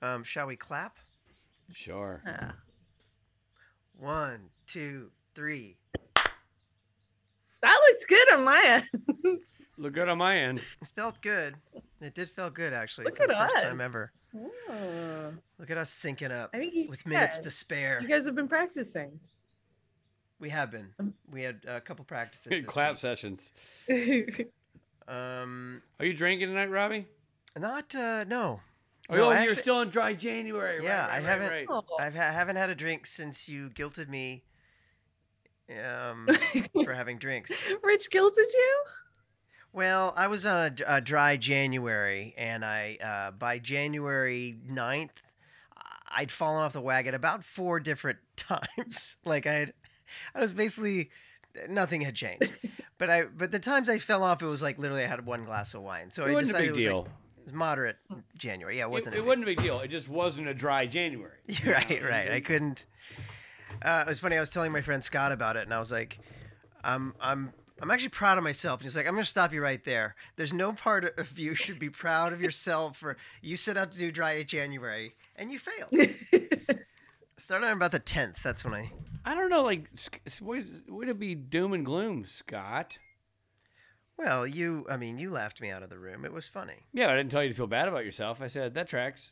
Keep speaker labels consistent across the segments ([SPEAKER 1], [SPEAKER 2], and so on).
[SPEAKER 1] Um, shall we clap?
[SPEAKER 2] Sure.
[SPEAKER 3] Uh,
[SPEAKER 1] One, two, three.
[SPEAKER 3] that looks good on my end.
[SPEAKER 2] Look good on my end.
[SPEAKER 1] It felt good. It did feel good actually.
[SPEAKER 3] Look
[SPEAKER 1] for
[SPEAKER 3] at
[SPEAKER 1] the
[SPEAKER 3] us.
[SPEAKER 1] first time ever.
[SPEAKER 3] Oh,
[SPEAKER 1] Look at us syncing up
[SPEAKER 3] I think you,
[SPEAKER 1] with minutes
[SPEAKER 3] yeah,
[SPEAKER 1] to spare.
[SPEAKER 3] you guys have been practicing.
[SPEAKER 1] We have been.
[SPEAKER 3] Um,
[SPEAKER 1] We had a couple practices. This
[SPEAKER 2] Clap sessions.
[SPEAKER 3] That's
[SPEAKER 1] week. Um,
[SPEAKER 2] Are you drinking tonight, Robbie?
[SPEAKER 1] not. Uh, no.
[SPEAKER 2] Oh,
[SPEAKER 1] No,
[SPEAKER 2] you're
[SPEAKER 1] I actually-
[SPEAKER 2] still in dry January.
[SPEAKER 1] Yeah,
[SPEAKER 2] right, right,
[SPEAKER 1] I
[SPEAKER 2] right,
[SPEAKER 1] haven't-
[SPEAKER 2] right.
[SPEAKER 1] I've ha- haven't had a drink since you guilted me. Um, for having drinks.
[SPEAKER 3] Rich guilted you?
[SPEAKER 1] Well, I was on a d- a, dry January, and I uh, by January 9th, I- I'd fallen off the wagon about four different times. like I, had, I was basically nothing had changed. But I, but the times I fell off, it was like literally I had one glass of wine. So
[SPEAKER 2] it
[SPEAKER 1] I
[SPEAKER 2] wasn't a
[SPEAKER 1] decided
[SPEAKER 2] big
[SPEAKER 1] Oh, it was like-
[SPEAKER 2] deal.
[SPEAKER 1] it was moderate January. Yeah, it
[SPEAKER 2] It,
[SPEAKER 1] wasn't.
[SPEAKER 2] it wasn't a big deal. It just wasn't a dry January. you know,
[SPEAKER 1] right,
[SPEAKER 2] and-
[SPEAKER 1] right. I
[SPEAKER 2] and-
[SPEAKER 1] couldn't. Uh, it was funny. I was telling my friend Scott about it, and I was like, "I'm, I'm, I'm actually proud of myself." And he's like, "I'm going to stop you right there. There's no part of you should be proud of yourself for you set out to do dry January and you failed. Started on about the tenth. That's when I.
[SPEAKER 2] I don't know. Like, Sc- s- way, way to be doom and gloom, Scott.
[SPEAKER 1] Well, you. I mean, you laughed me out of the room. It was funny.
[SPEAKER 2] Yeah, I didn't tell you to feel bad about yourself. I said that tracks.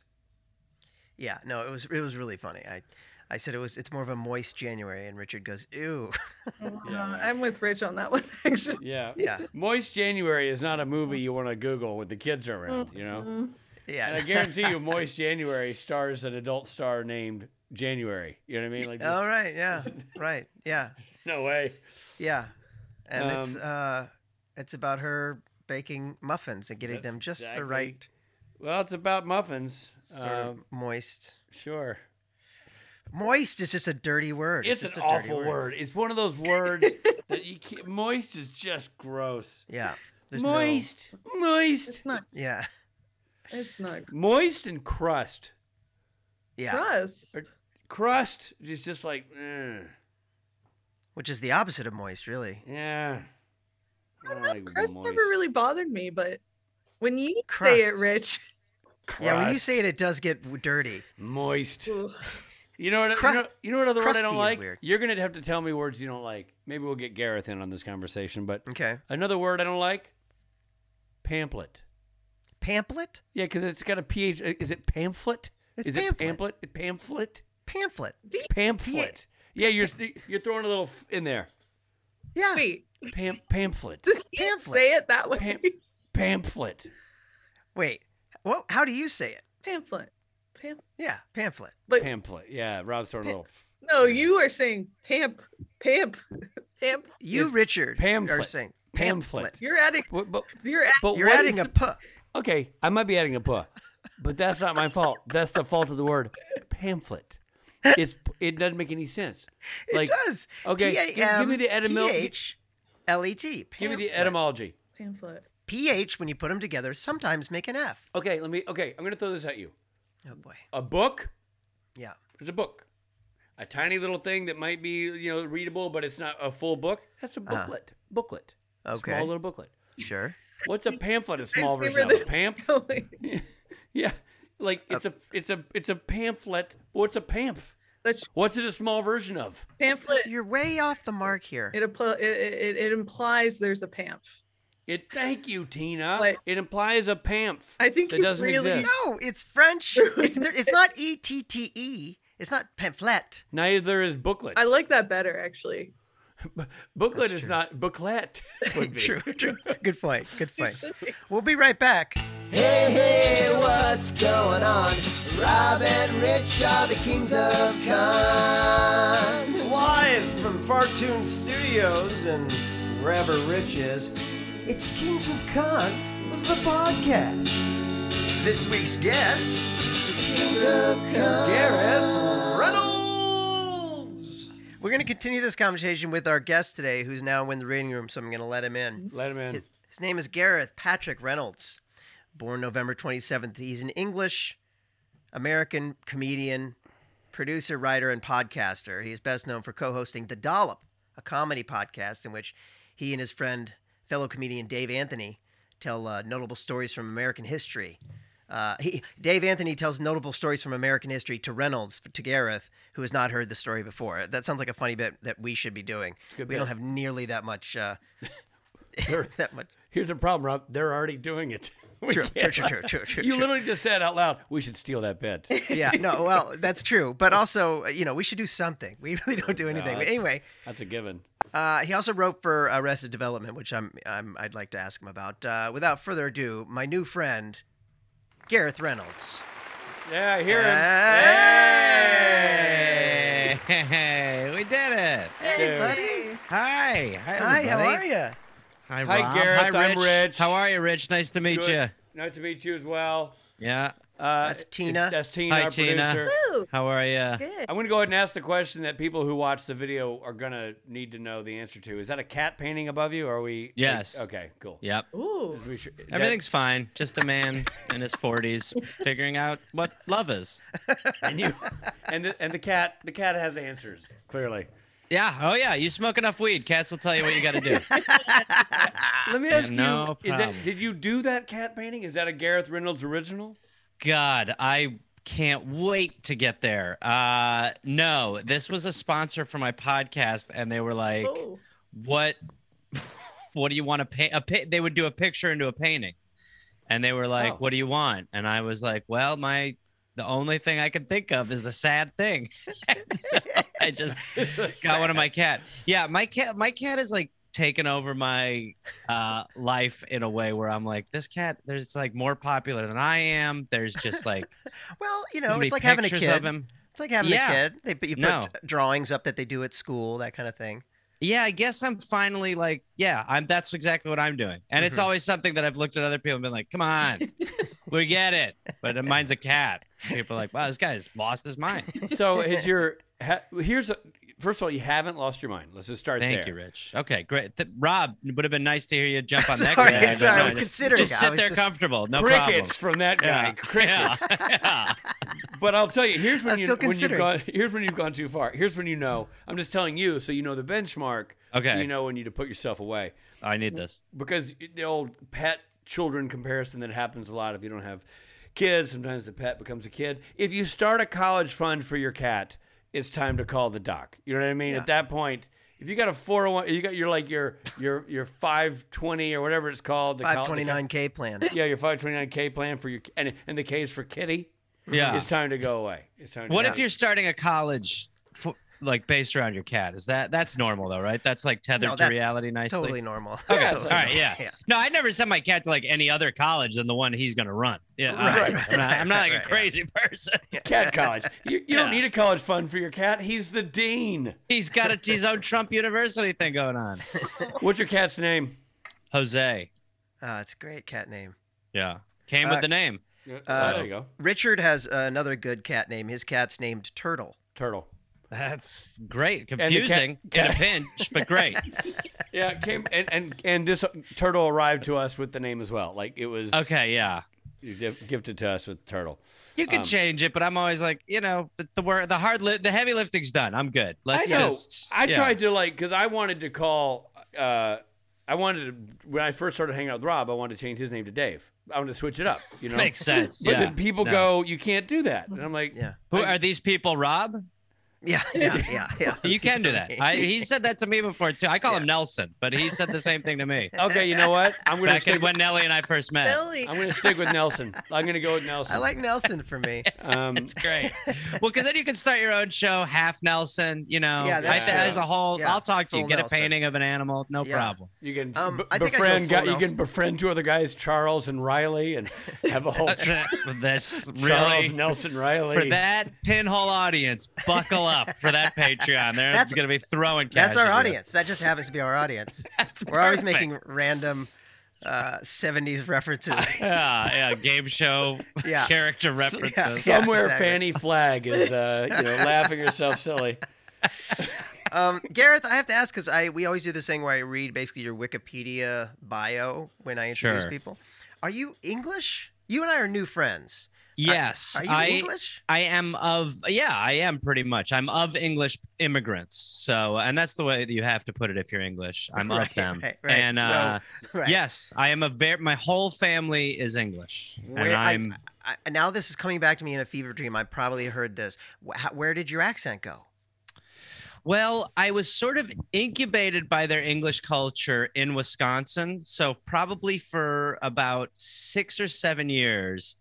[SPEAKER 1] Yeah. No, it was. It was really funny. I. I said it was. It's more of a moist January, and Richard goes, "Ew."
[SPEAKER 3] Uh, I'm with Rich on that one, actually.
[SPEAKER 2] Yeah.
[SPEAKER 1] Yeah.
[SPEAKER 2] Moist January is not a movie you want to Google when the kids are around. You know.
[SPEAKER 3] Mm,
[SPEAKER 1] Yeah.
[SPEAKER 2] And I guarantee you, Moist January stars an adult star named January. You know what I mean? Like, this,
[SPEAKER 1] All right. Yeah. Right. Yeah.
[SPEAKER 2] no way.
[SPEAKER 1] Yeah, and it's
[SPEAKER 2] Um,
[SPEAKER 1] uh, it's about her baking muffins and getting
[SPEAKER 2] That's
[SPEAKER 1] them just the
[SPEAKER 2] exactly
[SPEAKER 1] right
[SPEAKER 2] Well, it's about muffins.
[SPEAKER 1] sort of
[SPEAKER 2] Um,
[SPEAKER 1] moist.
[SPEAKER 2] sure.
[SPEAKER 1] Moist is just a dirty word.
[SPEAKER 2] It's,
[SPEAKER 1] just
[SPEAKER 2] an
[SPEAKER 1] a dirty
[SPEAKER 2] awful word. It's one of those words that you can't. Moist is just gross.
[SPEAKER 1] Yeah, there's no-
[SPEAKER 2] moist, moist,
[SPEAKER 3] it's not.
[SPEAKER 1] yeah,
[SPEAKER 3] It's not
[SPEAKER 2] moist, and crust.
[SPEAKER 1] yeah,
[SPEAKER 3] crust.
[SPEAKER 2] Or- Crust is just like, eh,
[SPEAKER 1] which is the opposite of moist, really.
[SPEAKER 2] yeah.
[SPEAKER 3] I
[SPEAKER 2] don't
[SPEAKER 3] don't know,
[SPEAKER 2] like
[SPEAKER 3] crust never
[SPEAKER 2] moist.
[SPEAKER 3] really bothered me, but when you say it,
[SPEAKER 1] Crust.
[SPEAKER 3] Rich,
[SPEAKER 1] Yeah, when you
[SPEAKER 2] Crust,
[SPEAKER 1] say it, it does get w- dirty.
[SPEAKER 2] moist.
[SPEAKER 3] ugh,
[SPEAKER 2] You know what?
[SPEAKER 1] Cru-
[SPEAKER 2] you, know, you know what other word I
[SPEAKER 1] crusty
[SPEAKER 2] don't
[SPEAKER 1] is
[SPEAKER 2] like?
[SPEAKER 1] weird.
[SPEAKER 2] You're gonna have to tell me words you don't like. Maybe we'll get Gareth in on this conversation. But
[SPEAKER 1] Okay,
[SPEAKER 2] another word I don't like: pamphlet.
[SPEAKER 1] pamphlet,
[SPEAKER 2] Yeah, because it's got a ph. Is it pamphlet?
[SPEAKER 1] It's
[SPEAKER 2] is it
[SPEAKER 1] pamphlet.
[SPEAKER 2] pamphlet? Pamphlet.
[SPEAKER 1] pamphlet.
[SPEAKER 2] Pamphlet. Yeah, you're st- you're throwing a little f- in there.
[SPEAKER 1] Yeah,
[SPEAKER 3] wait,
[SPEAKER 2] Pam- pamphlet.
[SPEAKER 3] just can't
[SPEAKER 1] Pamphlet.
[SPEAKER 3] say it that way.
[SPEAKER 2] Pam- pamphlet.
[SPEAKER 1] wait. Well, how do you say it?
[SPEAKER 3] pamphlet. Pam-
[SPEAKER 1] Yeah, pamphlet.
[SPEAKER 3] but
[SPEAKER 2] Pamphlet. Yeah, Rob's throwing a little.
[SPEAKER 3] no, you are saying pamp, pamp, pamp.
[SPEAKER 1] You,
[SPEAKER 2] It's
[SPEAKER 1] Richard, are
[SPEAKER 2] pamphlet.
[SPEAKER 1] saying
[SPEAKER 2] Pamphlet.
[SPEAKER 3] You're adding.
[SPEAKER 2] What, but
[SPEAKER 3] You're adding.
[SPEAKER 2] but
[SPEAKER 1] You're
[SPEAKER 2] what
[SPEAKER 1] adding
[SPEAKER 2] is
[SPEAKER 1] a
[SPEAKER 2] the-
[SPEAKER 1] p.
[SPEAKER 2] Okay, I might be adding a puh, but that's not my fault. That's the fault of the word pamphlet. It's it doesn't make any sense.
[SPEAKER 1] It
[SPEAKER 2] Like
[SPEAKER 1] does.
[SPEAKER 2] okay, give- give me the etymol-
[SPEAKER 1] P-H- L-E-T.
[SPEAKER 2] give me the
[SPEAKER 1] E pamphlet.
[SPEAKER 2] etymology.
[SPEAKER 3] pamphlet.
[SPEAKER 1] pH when you put them together sometimes make an F.
[SPEAKER 2] Okay, let me. Okay, I'm gonna throw this at you.
[SPEAKER 1] Oh boy.
[SPEAKER 2] A book.
[SPEAKER 1] Yeah.
[SPEAKER 2] There's a book. A tiny little thing that might be you know readable, but it's not a full book. That's a booklet. Booklet.
[SPEAKER 1] Uh-huh. Okay.
[SPEAKER 2] Small little booklet.
[SPEAKER 1] Sure.
[SPEAKER 2] What's a pamphlet? A
[SPEAKER 3] I
[SPEAKER 2] small
[SPEAKER 3] see
[SPEAKER 2] version
[SPEAKER 3] where
[SPEAKER 2] of a
[SPEAKER 3] this is
[SPEAKER 2] pamphlet.
[SPEAKER 3] going.
[SPEAKER 2] Yeah, like
[SPEAKER 1] Uh,
[SPEAKER 2] it's a it's a it's a pamphlet. What's a pamph?
[SPEAKER 3] That's
[SPEAKER 2] What's it a small version of?
[SPEAKER 3] pamphlet.
[SPEAKER 1] So you're way off the mark here.
[SPEAKER 3] It, appl- it, it, it implies there's a pamp.
[SPEAKER 2] It thank you, Tina.
[SPEAKER 3] Like-
[SPEAKER 2] it implies a pamph.
[SPEAKER 3] I think
[SPEAKER 2] That
[SPEAKER 3] you
[SPEAKER 2] doesn't
[SPEAKER 3] really
[SPEAKER 2] exist.
[SPEAKER 1] No, it's French. It's there, it's not E T T E. It's not pamphlet.
[SPEAKER 2] Neither is booklet.
[SPEAKER 3] I like that better actually.
[SPEAKER 2] booklet is not booklet. Would be.
[SPEAKER 1] True, true. Good point. Good point. We'll be right back. Hey, hey, what's going on? Rob and Rich are the kings of con. Live from Fartune Studios and wherever Rich is, it's Kings of Con, the podcast. This week's guest, the Kings of Con, Gareth Reynolds. We're going to continue this conversation with our guest today, who's now in the reading room, so I'm going to let him in.
[SPEAKER 2] Let him in.
[SPEAKER 1] His, his name is Gareth Patrick Reynolds, born November 27th. He's an English American comedian, producer, writer, and podcaster. He is best known for co hosting The Dollop, a comedy podcast in which he and his friend, fellow comedian Dave Anthony, tell uh, notable stories from American history. Uh, he, Dave Anthony tells notable stories from American history to Reynolds, to Gareth, who has not heard the story before. That sounds like a funny bit that we should be doing. We
[SPEAKER 2] good
[SPEAKER 1] don't
[SPEAKER 2] bit.
[SPEAKER 1] have nearly that much. Uh,
[SPEAKER 2] They're-
[SPEAKER 1] that much.
[SPEAKER 2] Here's the problem, Rob. They're already doing it. We
[SPEAKER 1] True, true,
[SPEAKER 2] can't-
[SPEAKER 1] true, true, true, true.
[SPEAKER 2] You
[SPEAKER 1] true.
[SPEAKER 2] literally just said out loud, "We should steal that bit."
[SPEAKER 1] yeah, no, well, that's true. But also, uh, you know, we should do something. We really don't do anything. but
[SPEAKER 2] that's-
[SPEAKER 1] anyway,
[SPEAKER 2] That's a given.
[SPEAKER 1] uh, he also wrote for Arrested Development, which I'm, I'm I'd like to ask him about. Uh, without further ado, my new friend, Gareth Reynolds.
[SPEAKER 2] Yeah, I hear him.
[SPEAKER 1] Ah. Hey,
[SPEAKER 4] Hey, we did it.
[SPEAKER 1] hey
[SPEAKER 2] Dude.
[SPEAKER 1] buddy.
[SPEAKER 4] Hi. Hi,
[SPEAKER 1] Hi, how
[SPEAKER 4] everybody.
[SPEAKER 1] are you?
[SPEAKER 4] Hi,
[SPEAKER 2] Hi,
[SPEAKER 4] Rob.
[SPEAKER 2] Gareth.
[SPEAKER 4] Hi,
[SPEAKER 2] I'm
[SPEAKER 4] Rich.
[SPEAKER 2] Rich.
[SPEAKER 4] How are you, Rich? Nice to meet you.
[SPEAKER 2] Good. Nice to meet you as well.
[SPEAKER 4] Yeah.
[SPEAKER 2] Uh,
[SPEAKER 1] That's Tina.
[SPEAKER 2] That's Tina,
[SPEAKER 4] Hi,
[SPEAKER 2] our
[SPEAKER 4] Tina.
[SPEAKER 2] producer.
[SPEAKER 3] Ooh,
[SPEAKER 4] How are you?
[SPEAKER 3] good.
[SPEAKER 2] I'm going to go ahead and ask the question that people who watch the video are going to need to know the answer to. Is that a cat painting above you? Or are we?
[SPEAKER 4] Yes.
[SPEAKER 2] okay, cool.
[SPEAKER 4] Yep.
[SPEAKER 3] Ooh.
[SPEAKER 2] We should- that-
[SPEAKER 4] Everything's fine. Just a man in his 40s figuring out what love is.
[SPEAKER 2] and you and the, and the cat the cat has answers clearly.
[SPEAKER 4] Yeah. Oh, yeah. You smoke enough weed. Cats will tell you what you got to do.
[SPEAKER 1] Ah.
[SPEAKER 2] Let me ask
[SPEAKER 4] no
[SPEAKER 2] you: Is that
[SPEAKER 4] problem.
[SPEAKER 2] did you do that cat painting? Is that a Gareth Reynolds original?
[SPEAKER 4] God, I can't wait to get there. Uh, no, this was a sponsor for my podcast, and they were like,
[SPEAKER 1] Oh.
[SPEAKER 3] Ooh.
[SPEAKER 4] what what do you want to paint a pi- they would do a picture into a painting and they were like
[SPEAKER 2] Oh.
[SPEAKER 4] what do you want and i was like well my the only thing i can think of is a sad thing And so i just got one of my cat yeah my cat my cat is like taken over my uh life in a way where i'm like this cat there's it's like more popular than i am there's just like
[SPEAKER 1] Well, you
[SPEAKER 4] gonna
[SPEAKER 1] know,
[SPEAKER 4] be
[SPEAKER 1] it's like having a
[SPEAKER 4] pictures
[SPEAKER 1] kid.
[SPEAKER 4] of him
[SPEAKER 1] It's like having
[SPEAKER 4] Yeah.
[SPEAKER 1] a kid. They put, you put
[SPEAKER 4] No.
[SPEAKER 1] drawings up that they do at school, that kind of thing.
[SPEAKER 4] yeah i guess i'm finally like yeah i'm that's exactly what i'm doing and it's
[SPEAKER 1] Mhm.
[SPEAKER 4] always something that i've looked at other people and been like come on we get it but mine's a cat people are like wow this guy's lost his mind
[SPEAKER 2] So is your ha, here's a, first of all you haven't lost your mind. Let's just start
[SPEAKER 4] thank
[SPEAKER 2] there.
[SPEAKER 4] you rich okay great Th- rob it would have been nice to hear you jump on that
[SPEAKER 1] Sorry,
[SPEAKER 4] guy.
[SPEAKER 2] sorry, I
[SPEAKER 4] no,
[SPEAKER 2] was
[SPEAKER 4] just-
[SPEAKER 1] considering
[SPEAKER 4] just
[SPEAKER 1] it. I
[SPEAKER 4] sit
[SPEAKER 1] was
[SPEAKER 4] there
[SPEAKER 1] just-
[SPEAKER 4] comfortable no
[SPEAKER 2] Crickets from that guy.
[SPEAKER 4] problem yeah. yeah.
[SPEAKER 2] But I'll tell you, here's
[SPEAKER 1] I
[SPEAKER 2] when
[SPEAKER 1] was
[SPEAKER 2] you
[SPEAKER 1] still
[SPEAKER 2] when you've
[SPEAKER 1] considering.
[SPEAKER 2] gone here's when you've gone too far. Here's when you know. I'm just telling you so you know the benchmark. So
[SPEAKER 4] Okay.
[SPEAKER 2] you know when you to put yourself away
[SPEAKER 4] i need this
[SPEAKER 2] because the old pet children comparison that happens a lot if you don't have kids. Sometimes the pet becomes a kid. If you start a college fund for your cat, it's time to call the doc. You know what I mean? At that point. If you got a 401, you got your like your your your 520 or whatever it's called, the col- the co-
[SPEAKER 1] 529K plan.
[SPEAKER 2] yeah, your 529k plan for your and and the K is for kitty.
[SPEAKER 4] Yeah.
[SPEAKER 2] it's time to go away. It's time. To
[SPEAKER 4] what
[SPEAKER 2] go.
[SPEAKER 4] if you're starting a college for, like based around your cat is that that's normal though right that's like tethered
[SPEAKER 1] No,
[SPEAKER 4] to
[SPEAKER 1] that's
[SPEAKER 4] reality nicely
[SPEAKER 1] Totally normal.
[SPEAKER 4] Okay.
[SPEAKER 1] Totally
[SPEAKER 4] All right.
[SPEAKER 1] normal.
[SPEAKER 4] Yeah. No, I never sent my cat to like any other college than the one he's gonna run. Yeah. I-
[SPEAKER 1] Right,
[SPEAKER 4] I'm not, I'm not like
[SPEAKER 1] right,
[SPEAKER 4] a
[SPEAKER 1] yeah.
[SPEAKER 4] crazy person.
[SPEAKER 2] cat college? You, you don't
[SPEAKER 4] Yeah.
[SPEAKER 2] need a college fund for your cat. He's the dean.
[SPEAKER 4] He's got a, his own Trump University thing going on.
[SPEAKER 2] What's your cat's name?
[SPEAKER 4] Jose.
[SPEAKER 1] Ah, it's a great cat name.
[SPEAKER 4] Yeah. Came
[SPEAKER 1] Uh,
[SPEAKER 4] with the name.
[SPEAKER 1] Uh,
[SPEAKER 2] there you go.
[SPEAKER 1] Richard has uh, another good cat name. His cat's named Turtle.
[SPEAKER 2] Turtle.
[SPEAKER 4] That's great.
[SPEAKER 2] cat-
[SPEAKER 4] Confusing in a pinch, but great.
[SPEAKER 2] Yeah, it came and and and this turtle arrived to us with the name as well. Like it was
[SPEAKER 4] Okay. Yeah.
[SPEAKER 2] you gif- gifted to us with turtle.
[SPEAKER 4] You can
[SPEAKER 2] Um,
[SPEAKER 4] change it, but I'm always like, you know, the, the wor- the hard li- the heavy lifting's done. I'm good. Let's
[SPEAKER 2] I know.
[SPEAKER 4] just.
[SPEAKER 2] I
[SPEAKER 4] yeah.
[SPEAKER 2] tried to like because I wanted to call. Uh, I wanted to when I first started hanging out with Rob. I wanted to change his name to Dave. I wanted to switch it up. You know,
[SPEAKER 4] Makes sense.
[SPEAKER 2] But
[SPEAKER 4] yeah.
[SPEAKER 2] then people
[SPEAKER 4] No.
[SPEAKER 2] go, "You can't do that," and I'm like,
[SPEAKER 1] Yeah.
[SPEAKER 4] Who are these people, Rob?
[SPEAKER 1] Yeah. Yeah. Yeah. Yeah.
[SPEAKER 4] You can do that. I, he said that to me before too. I call him Nelson, but he said the same thing to me
[SPEAKER 2] "Okay, you know what? I'm gonna
[SPEAKER 4] back
[SPEAKER 2] stick.
[SPEAKER 4] in when Nelly and I first met.
[SPEAKER 3] Billy.
[SPEAKER 2] I'm gonna stick with Nelson. I'm gonna go with Nelson.
[SPEAKER 1] I like Nelson for me.
[SPEAKER 2] Um,
[SPEAKER 4] It's great. Well, because then you can start your own show, half Nelson. You know,
[SPEAKER 1] Yeah, that's
[SPEAKER 4] I- that
[SPEAKER 2] true.
[SPEAKER 4] is a whole.
[SPEAKER 1] Yeah,
[SPEAKER 4] I'll talk to you.
[SPEAKER 1] full
[SPEAKER 4] Get
[SPEAKER 1] Nelson.
[SPEAKER 4] a painting of an animal, no
[SPEAKER 1] Yeah.
[SPEAKER 4] problem.
[SPEAKER 2] you can
[SPEAKER 1] Um,
[SPEAKER 2] b-
[SPEAKER 1] I think I go
[SPEAKER 2] befriend.
[SPEAKER 1] full
[SPEAKER 2] guy, you
[SPEAKER 1] Nelson.
[SPEAKER 2] can befriend two other guys, Charles and Riley, and have a whole Charles
[SPEAKER 4] that's really
[SPEAKER 2] Nelson Riley.
[SPEAKER 4] for that pinhole audience. Buckle up for that Patreon. They're
[SPEAKER 1] That's-
[SPEAKER 4] going to be throwing. Cash
[SPEAKER 1] That's our
[SPEAKER 4] at you.
[SPEAKER 1] audience. That just happens to be our audience.
[SPEAKER 4] That's
[SPEAKER 1] We're always
[SPEAKER 4] perfect.
[SPEAKER 1] making random uh, 70s references.
[SPEAKER 4] Yeah, yeah, game show
[SPEAKER 1] Yeah.
[SPEAKER 4] character references.
[SPEAKER 1] Yeah,
[SPEAKER 2] Somewhere,
[SPEAKER 1] exactly.
[SPEAKER 2] Fanny Flagg is uh, you know laughing herself silly.
[SPEAKER 1] Um, Gareth, I have to ask because I we always do this thing where I read basically your Wikipedia bio when I introduce
[SPEAKER 4] Sure.
[SPEAKER 1] people. Are you English? You and I are new friends.
[SPEAKER 4] Yes,
[SPEAKER 1] Are you
[SPEAKER 4] I
[SPEAKER 1] English?
[SPEAKER 4] I am of yeah, I am pretty much. I'm of English immigrants. So, and that's the way that you have to put it if you're English. I'm
[SPEAKER 1] Right,
[SPEAKER 4] of them.
[SPEAKER 1] right, right.
[SPEAKER 4] And
[SPEAKER 1] So,
[SPEAKER 4] uh,
[SPEAKER 1] Right.
[SPEAKER 4] yes, I am a very. My whole family is English, and
[SPEAKER 1] Where- I-
[SPEAKER 4] I'm
[SPEAKER 1] I, I- now this is coming back to me in a fever dream. I probably heard this. Wh- how- Where did your accent go?
[SPEAKER 4] Well, I was sort of incubated by their English culture in Wisconsin. So, probably for about six or seven years,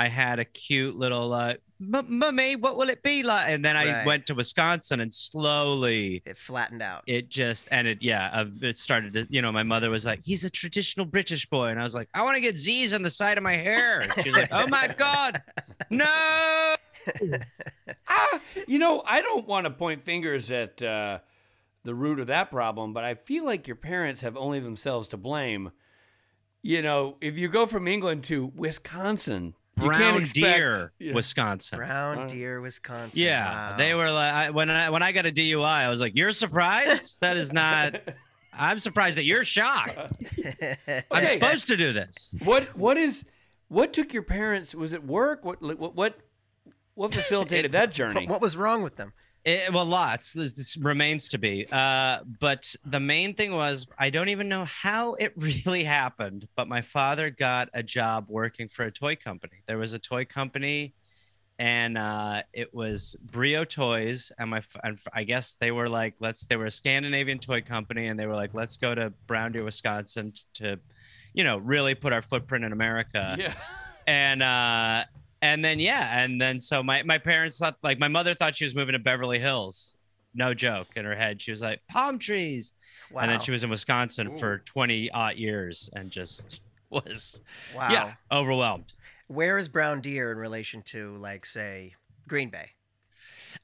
[SPEAKER 4] I had a cute little, uh, "M- Mummy, what will it be like? And then I
[SPEAKER 1] Right.
[SPEAKER 4] went to Wisconsin and slowly
[SPEAKER 1] It flattened out.
[SPEAKER 4] it just, and it, yeah, uh, it started to, you know, my mother was like, he's a traditional British boy. And I was like, I want to get Z's on the side of my hair. She's like, oh my God, no.
[SPEAKER 2] Ah, you know, I don't want to point fingers at uh, the root of that problem, but I feel like your parents have only themselves to blame. You know, if you go from England to Wisconsin, you can't
[SPEAKER 4] Brown
[SPEAKER 2] expect-
[SPEAKER 4] deer,
[SPEAKER 2] Yeah.
[SPEAKER 4] Wisconsin.
[SPEAKER 1] Brown
[SPEAKER 2] Wow.
[SPEAKER 1] Deer, Wisconsin.
[SPEAKER 4] Yeah,
[SPEAKER 1] Wow.
[SPEAKER 4] they were like I, when I when I got a DUI, I was like, "You're surprised? That is not. I'm surprised that you're shocked. I'm
[SPEAKER 2] Okay.
[SPEAKER 4] supposed to do this.
[SPEAKER 2] What what is what took your parents? Was it work? What what what, what facilitated that journey?
[SPEAKER 1] But what was wrong with them?
[SPEAKER 4] It, well, lots. This, this remains to be. Uh, but the main thing was I don't even know how it really happened. But my father got a job working for a toy company. There was a toy company, and uh, it was Brio Toys. And my f- and f- I guess they were like, let's. They were a Scandinavian toy company, and they were like, let's go to Brown Deer, Wisconsin, t- to, you know, really put our footprint in America
[SPEAKER 2] yeah.
[SPEAKER 4] and uh and then yeah and then so my my parents thought like my mother thought she was moving to beverly hills no joke in her head she was like palm trees
[SPEAKER 1] Wow.
[SPEAKER 4] and then she was in wisconsin
[SPEAKER 2] Ooh.
[SPEAKER 4] for 20 odd years and just was
[SPEAKER 1] wow.
[SPEAKER 4] yeah overwhelmed
[SPEAKER 1] Where is Brown Deer in relation to, like, say, Green Bay?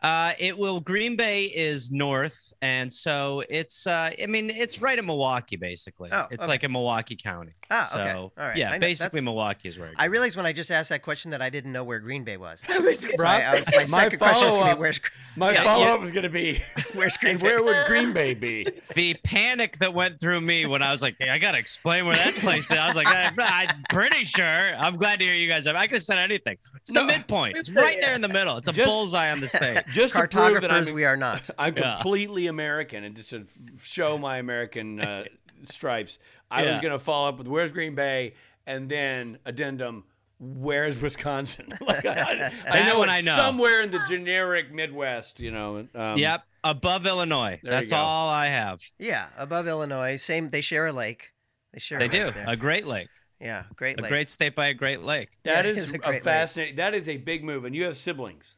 [SPEAKER 4] uh it will green bay is north and so it's uh i mean it's right in milwaukee basically
[SPEAKER 1] Oh,
[SPEAKER 4] it's
[SPEAKER 1] okay.
[SPEAKER 4] like in milwaukee county
[SPEAKER 1] Ah,
[SPEAKER 4] so
[SPEAKER 1] okay. All right. I
[SPEAKER 4] yeah
[SPEAKER 1] know-
[SPEAKER 4] basically
[SPEAKER 1] that's-
[SPEAKER 4] milwaukee is where it
[SPEAKER 1] I
[SPEAKER 4] goes.
[SPEAKER 1] realized when I just asked that question that I didn't know where Green Bay was.
[SPEAKER 3] I was gonna-
[SPEAKER 1] So I- I was- my
[SPEAKER 2] My
[SPEAKER 1] second question was going to
[SPEAKER 2] follow-up-
[SPEAKER 1] be where's,
[SPEAKER 2] My
[SPEAKER 4] Yeah,
[SPEAKER 2] follow up is going to be,
[SPEAKER 1] where's Green
[SPEAKER 2] and
[SPEAKER 1] Bay?
[SPEAKER 2] where would Green Bay be?
[SPEAKER 4] the panic that went through me when I was like, I gotta explain where that place is. I was like, I, I'm pretty sure. I'm glad to hear you guys. Have, I could have said anything. It's the
[SPEAKER 2] No.
[SPEAKER 4] midpoint. It's right there in the middle. It's a
[SPEAKER 2] Just-
[SPEAKER 4] bullseye on the stage.
[SPEAKER 2] Just to prove that I'm,
[SPEAKER 1] Cartographers, we are not.
[SPEAKER 2] I'm
[SPEAKER 4] Yeah.
[SPEAKER 2] completely American, and just to f- show my American uh, stripes, I was
[SPEAKER 4] Yeah.
[SPEAKER 2] going to follow up with "Where's Green Bay," and then addendum. Where's Wisconsin? like, I, I
[SPEAKER 4] That
[SPEAKER 2] know
[SPEAKER 4] one
[SPEAKER 2] it's
[SPEAKER 4] I know.
[SPEAKER 2] somewhere in the generic Midwest. You know. Um,
[SPEAKER 4] yep, above Illinois.
[SPEAKER 2] There you
[SPEAKER 4] That's
[SPEAKER 2] go.
[SPEAKER 4] all I have.
[SPEAKER 1] Yeah, above Illinois. Same. They share a lake. They share.
[SPEAKER 4] They
[SPEAKER 1] a
[SPEAKER 4] do
[SPEAKER 1] Lake there.
[SPEAKER 4] a great lake,
[SPEAKER 1] yeah, great
[SPEAKER 4] a
[SPEAKER 1] lake.
[SPEAKER 4] great state by a great lake.
[SPEAKER 2] That
[SPEAKER 1] Yeah,
[SPEAKER 2] is
[SPEAKER 1] it's a
[SPEAKER 2] a,
[SPEAKER 1] great lake.
[SPEAKER 2] fascinating. That is a big move, and you have siblings.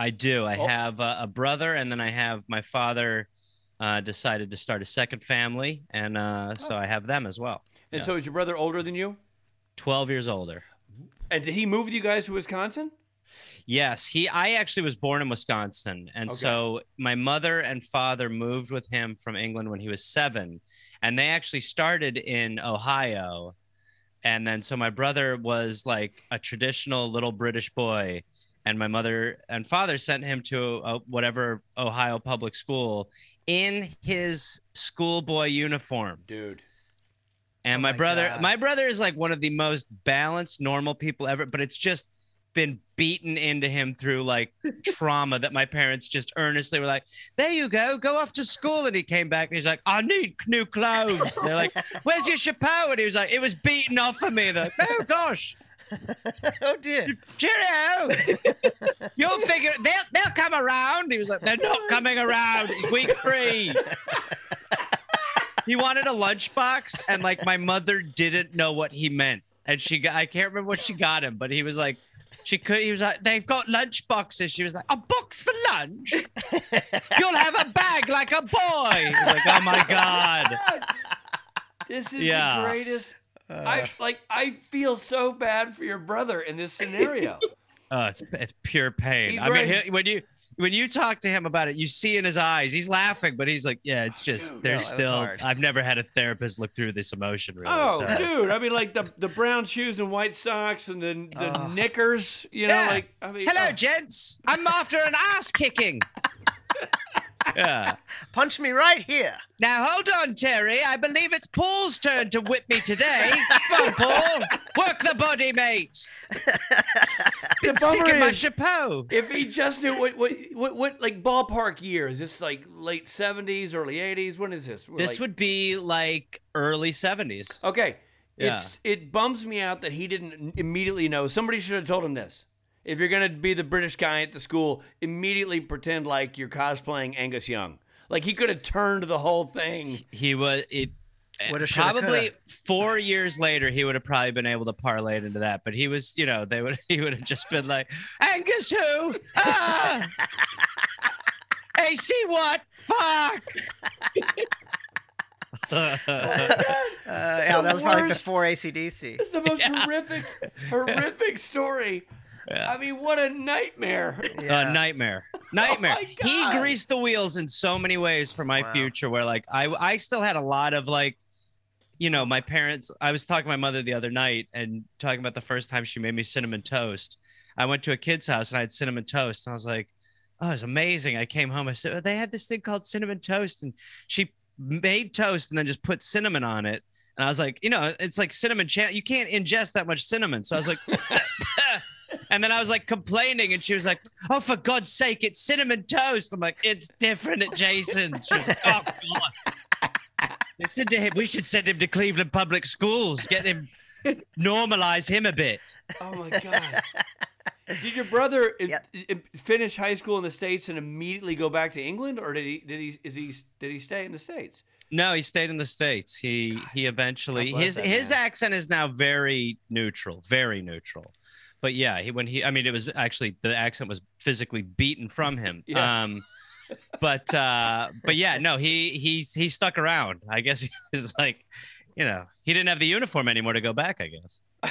[SPEAKER 4] I do. I
[SPEAKER 2] Oh.
[SPEAKER 4] have a, a brother, and then I have my father. Uh, decided to start a second family, and uh, so I have them as well.
[SPEAKER 2] And
[SPEAKER 4] Yeah.
[SPEAKER 2] so, is your brother older than you?
[SPEAKER 4] Twelve years older.
[SPEAKER 2] And did he move with you guys to Wisconsin?
[SPEAKER 4] Yes, he. I actually was born in Wisconsin, and
[SPEAKER 2] Okay.
[SPEAKER 4] so my mother and father moved with him from England when he was seven, and they actually started in Ohio, and then so my brother was like a traditional little British boy, and my mother and father sent him to uh whatever Ohio public school in his schoolboy uniform.
[SPEAKER 2] Dude.
[SPEAKER 4] And
[SPEAKER 1] Oh
[SPEAKER 4] my,
[SPEAKER 1] my
[SPEAKER 4] brother,
[SPEAKER 1] God.
[SPEAKER 4] my brother is like one of the most balanced, normal people ever, but it's just been beaten into him through like trauma that my parents just earnestly were like, There you go, go off to school. And he came back and he's like, I need new clothes. They're like, Where's your chapeau? And he was like, It was beaten off of me. They're like, Oh gosh,
[SPEAKER 1] oh dear.
[SPEAKER 4] cheerio. You'll figure they'll they'll come around. He was like, They're not coming around. It's week three. he wanted a lunchbox and like my mother didn't know what he meant and she got i can't remember what she got him but he was like she could he was like they've got lunch boxes she was like a box for lunch you'll have a bag like a boy He was like oh my god
[SPEAKER 2] This is
[SPEAKER 4] Yeah.
[SPEAKER 2] the greatest.
[SPEAKER 1] Uh,
[SPEAKER 2] I like. I feel so bad for your brother in this scenario.
[SPEAKER 4] oh it's, it's pure pain
[SPEAKER 2] He's
[SPEAKER 4] i mean
[SPEAKER 2] right.
[SPEAKER 4] he, when you when you talk to him about it you see in his eyes he's laughing but he's like yeah it's just
[SPEAKER 2] Dude,
[SPEAKER 1] no,
[SPEAKER 4] there's
[SPEAKER 1] that was
[SPEAKER 4] still
[SPEAKER 1] hard.
[SPEAKER 4] i've never had a therapist look through this emotion really
[SPEAKER 2] oh,
[SPEAKER 4] so.
[SPEAKER 2] dude! I mean, like the the brown shoes and white socks and the the
[SPEAKER 1] Oh.
[SPEAKER 2] knickers. You know,
[SPEAKER 4] Yeah.
[SPEAKER 2] like I mean,
[SPEAKER 4] Hello,
[SPEAKER 2] oh.
[SPEAKER 4] gents. I'm after an ass kicking. Yeah.
[SPEAKER 1] Punch me right here.
[SPEAKER 4] Now hold on, Terry. I believe it's Paul's turn to whip me today. Come on, Paul. Work the body, mate.
[SPEAKER 2] The
[SPEAKER 4] Sick of
[SPEAKER 2] bummer
[SPEAKER 4] my
[SPEAKER 2] is,
[SPEAKER 4] chapeau.
[SPEAKER 2] if he just knew what what what, what like ballpark year is this like late seventies, early eighties? When is this? We're
[SPEAKER 4] This
[SPEAKER 2] like-
[SPEAKER 4] would be like early 70s.
[SPEAKER 2] okay. It's it bums me out that he didn't immediately know. Somebody should have told him this. If you're gonna be the British guy at the school, immediately pretend like you're cosplaying Angus Young. Like he could have turned the whole thing.
[SPEAKER 4] He was it
[SPEAKER 1] Woulda, shoulda,
[SPEAKER 4] probably
[SPEAKER 1] coulda.
[SPEAKER 4] four years later he would have probably been able to parlay it into that. But he was, you know, they would he would have just been like, Angus who? Ah! hey, see what? Fuck.
[SPEAKER 1] Uh, yeah, that was probably
[SPEAKER 2] worst.
[SPEAKER 1] before ACDC.
[SPEAKER 2] It's the most horrific, horrific story.
[SPEAKER 4] Yeah.
[SPEAKER 2] I mean, what a nightmare.
[SPEAKER 1] Yeah.
[SPEAKER 4] Uh, nightmare. Nightmare.
[SPEAKER 2] my
[SPEAKER 4] he
[SPEAKER 2] God.
[SPEAKER 4] greased the wheels in so many ways for my
[SPEAKER 1] Wow.
[SPEAKER 4] future where like I I still had a lot of like you know, my parents I was talking to my mother the other night and talking about the first time she made me cinnamon toast. I went to a kid's house and I had cinnamon toast and I was like, "Oh, it's amazing." I came home I said, oh, "They had this thing called cinnamon toast and she made toast and then just put cinnamon on it." And I was like, "You know, it's like cinnamon chan You can't ingest that much cinnamon." So I was like, And then I was like complaining, and she was like, "Oh, for God's sake, it's cinnamon toast." I'm like, "It's different at Jason's." She was like, "Oh God." Listen to him. We should send him to Cleveland Public Schools. Get him, normalize him a bit.
[SPEAKER 2] Oh my god! Did your brother i-
[SPEAKER 1] Yep.
[SPEAKER 2] i- finish high school in the states and immediately go back to England, or did he? Did he? Is he? Did he stay in the states?
[SPEAKER 4] No, he stayed in the states. He he eventually
[SPEAKER 2] God bless
[SPEAKER 4] his
[SPEAKER 2] that
[SPEAKER 4] his
[SPEAKER 2] man.
[SPEAKER 4] accent is now very neutral, very neutral. But yeah, he when he I mean it was actually the accent was physically beaten from him.
[SPEAKER 2] Yeah.
[SPEAKER 4] Um but uh but yeah, no, he he's he stuck around. I guess he was like, you know, he didn't have the uniform anymore to go back, I guess.
[SPEAKER 2] Is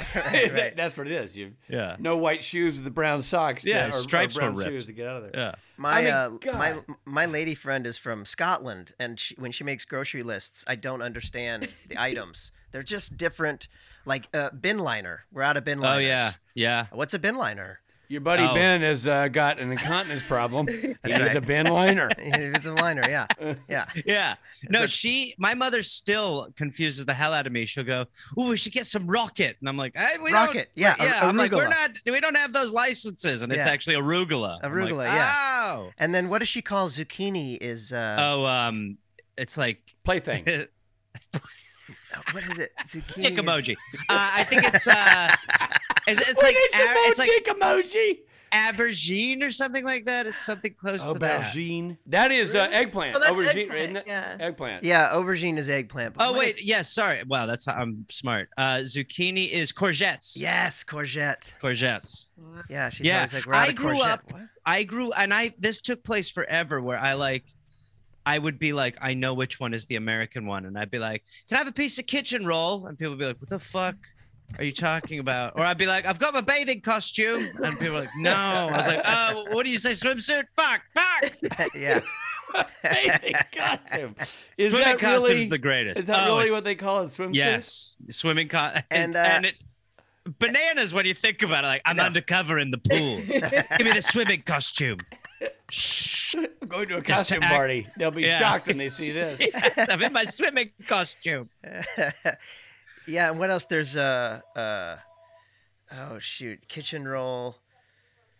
[SPEAKER 2] that-
[SPEAKER 1] right.
[SPEAKER 2] that's what it is. You
[SPEAKER 4] Yeah.
[SPEAKER 2] no white shoes with the brown socks. to-
[SPEAKER 4] Yeah,
[SPEAKER 2] or, or
[SPEAKER 4] stripes were
[SPEAKER 2] brown
[SPEAKER 4] ripped.
[SPEAKER 2] shoes to get out of there.
[SPEAKER 4] Yeah.
[SPEAKER 1] My
[SPEAKER 2] I mean,
[SPEAKER 1] uh, my
[SPEAKER 2] God.
[SPEAKER 1] my lady friend is from Scotland, and she, when she makes grocery lists, I don't understand the items. They're just different. Like uh, bin liner, we're out of bin
[SPEAKER 4] Oh
[SPEAKER 1] liners.
[SPEAKER 4] yeah. Yeah.
[SPEAKER 1] What's a bin liner?
[SPEAKER 2] Your buddy
[SPEAKER 4] Oh.
[SPEAKER 2] Ben has uh, got an incontinence problem. He's
[SPEAKER 1] right.
[SPEAKER 2] a Ben liner.
[SPEAKER 1] If it's a liner, yeah, yeah.
[SPEAKER 4] Yeah. No,
[SPEAKER 1] like-
[SPEAKER 4] she, my mother still confuses the hell out of me. She'll go, "Oh, we should get some rocket," and I'm like, I, we don't-
[SPEAKER 1] Rocket, yeah, ar-
[SPEAKER 4] yeah." I'm like, "We're
[SPEAKER 1] arugula.
[SPEAKER 4] not, we don't have those licenses," and it's
[SPEAKER 1] Yeah.
[SPEAKER 4] actually arugula. I'm like,
[SPEAKER 1] Arugula, yeah.
[SPEAKER 4] Oh,
[SPEAKER 1] And then what does she call zucchini? Is uh,
[SPEAKER 4] oh, um, it's like
[SPEAKER 2] Plaything.
[SPEAKER 1] what is it? Zucchini.
[SPEAKER 4] dick
[SPEAKER 1] is-
[SPEAKER 4] Uh, emoji. Uh, I think it's uh, it's, it's like
[SPEAKER 2] it's,
[SPEAKER 4] a- it's like
[SPEAKER 2] emoji.
[SPEAKER 4] aubergine or something like that. It's something close to that.
[SPEAKER 2] Aubergine. That is uh,
[SPEAKER 3] Really?
[SPEAKER 2] eggplant.
[SPEAKER 3] Oh, that's
[SPEAKER 2] Aubergine,
[SPEAKER 3] eggplant,
[SPEAKER 2] isn't it?
[SPEAKER 3] yeah.
[SPEAKER 2] Eggplant.
[SPEAKER 1] Yeah, aubergine is eggplant. but
[SPEAKER 4] Oh
[SPEAKER 1] what
[SPEAKER 4] wait,
[SPEAKER 1] is-
[SPEAKER 4] yeah, sorry. Wow, that's I'm smart. Uh, zucchini is courgettes.
[SPEAKER 1] yes, courgette.
[SPEAKER 4] courgettes.
[SPEAKER 1] Yeah, she's
[SPEAKER 4] Yeah,
[SPEAKER 1] always like, we're
[SPEAKER 4] I
[SPEAKER 1] out of
[SPEAKER 4] grew
[SPEAKER 1] courgette.
[SPEAKER 4] up-
[SPEAKER 1] What?
[SPEAKER 4] I grew and I this took place forever where I like I would be like, I know which one is the American one. And I'd be like, Can I have a piece of kitchen roll? And people would be like, What the fuck are you talking about? Or I'd be like, I've got my bathing costume. And people were like, No. I was like, Oh, what do you say? Swimsuit? Fuck, fuck.
[SPEAKER 1] yeah,
[SPEAKER 2] Bathing costume. Is
[SPEAKER 4] Swimming
[SPEAKER 2] that
[SPEAKER 4] costume's
[SPEAKER 2] really?
[SPEAKER 4] the greatest.
[SPEAKER 2] Is that
[SPEAKER 4] Oh,
[SPEAKER 2] really
[SPEAKER 4] it's-
[SPEAKER 2] what they call a swimsuit?
[SPEAKER 4] Yes. Swimming costume.
[SPEAKER 1] And,
[SPEAKER 4] And,
[SPEAKER 1] uh,
[SPEAKER 4] it bananas when you think about it. Like, I'm
[SPEAKER 1] No.
[SPEAKER 4] undercover in the pool. Give me the swimming costume. Shh.
[SPEAKER 2] I'm going to a
[SPEAKER 4] Just to
[SPEAKER 2] costume
[SPEAKER 4] act-
[SPEAKER 2] party. They'll be
[SPEAKER 4] Yeah.
[SPEAKER 2] shocked when they see this.
[SPEAKER 4] Yes, I'm in my swimming costume.
[SPEAKER 1] yeah. And what else? There's uh, uh, oh shoot, kitchen roll.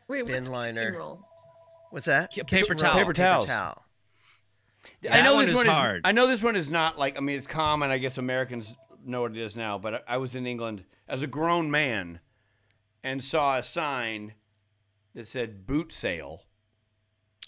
[SPEAKER 3] Wait,
[SPEAKER 1] Bin
[SPEAKER 3] what's the
[SPEAKER 1] liner.
[SPEAKER 3] bin roll?
[SPEAKER 1] What's that?
[SPEAKER 4] Ki-
[SPEAKER 1] Kitchen
[SPEAKER 4] paper
[SPEAKER 1] roll,
[SPEAKER 4] towel.
[SPEAKER 2] Paper towels.
[SPEAKER 1] towel.
[SPEAKER 2] I
[SPEAKER 4] That
[SPEAKER 2] know
[SPEAKER 4] one
[SPEAKER 2] this
[SPEAKER 4] is
[SPEAKER 2] one
[SPEAKER 4] hard.
[SPEAKER 2] I know this one is not like. I mean, it's common. I guess Americans know what it is now. But I, I was in England as a grown man, and saw a sign that said boot sale,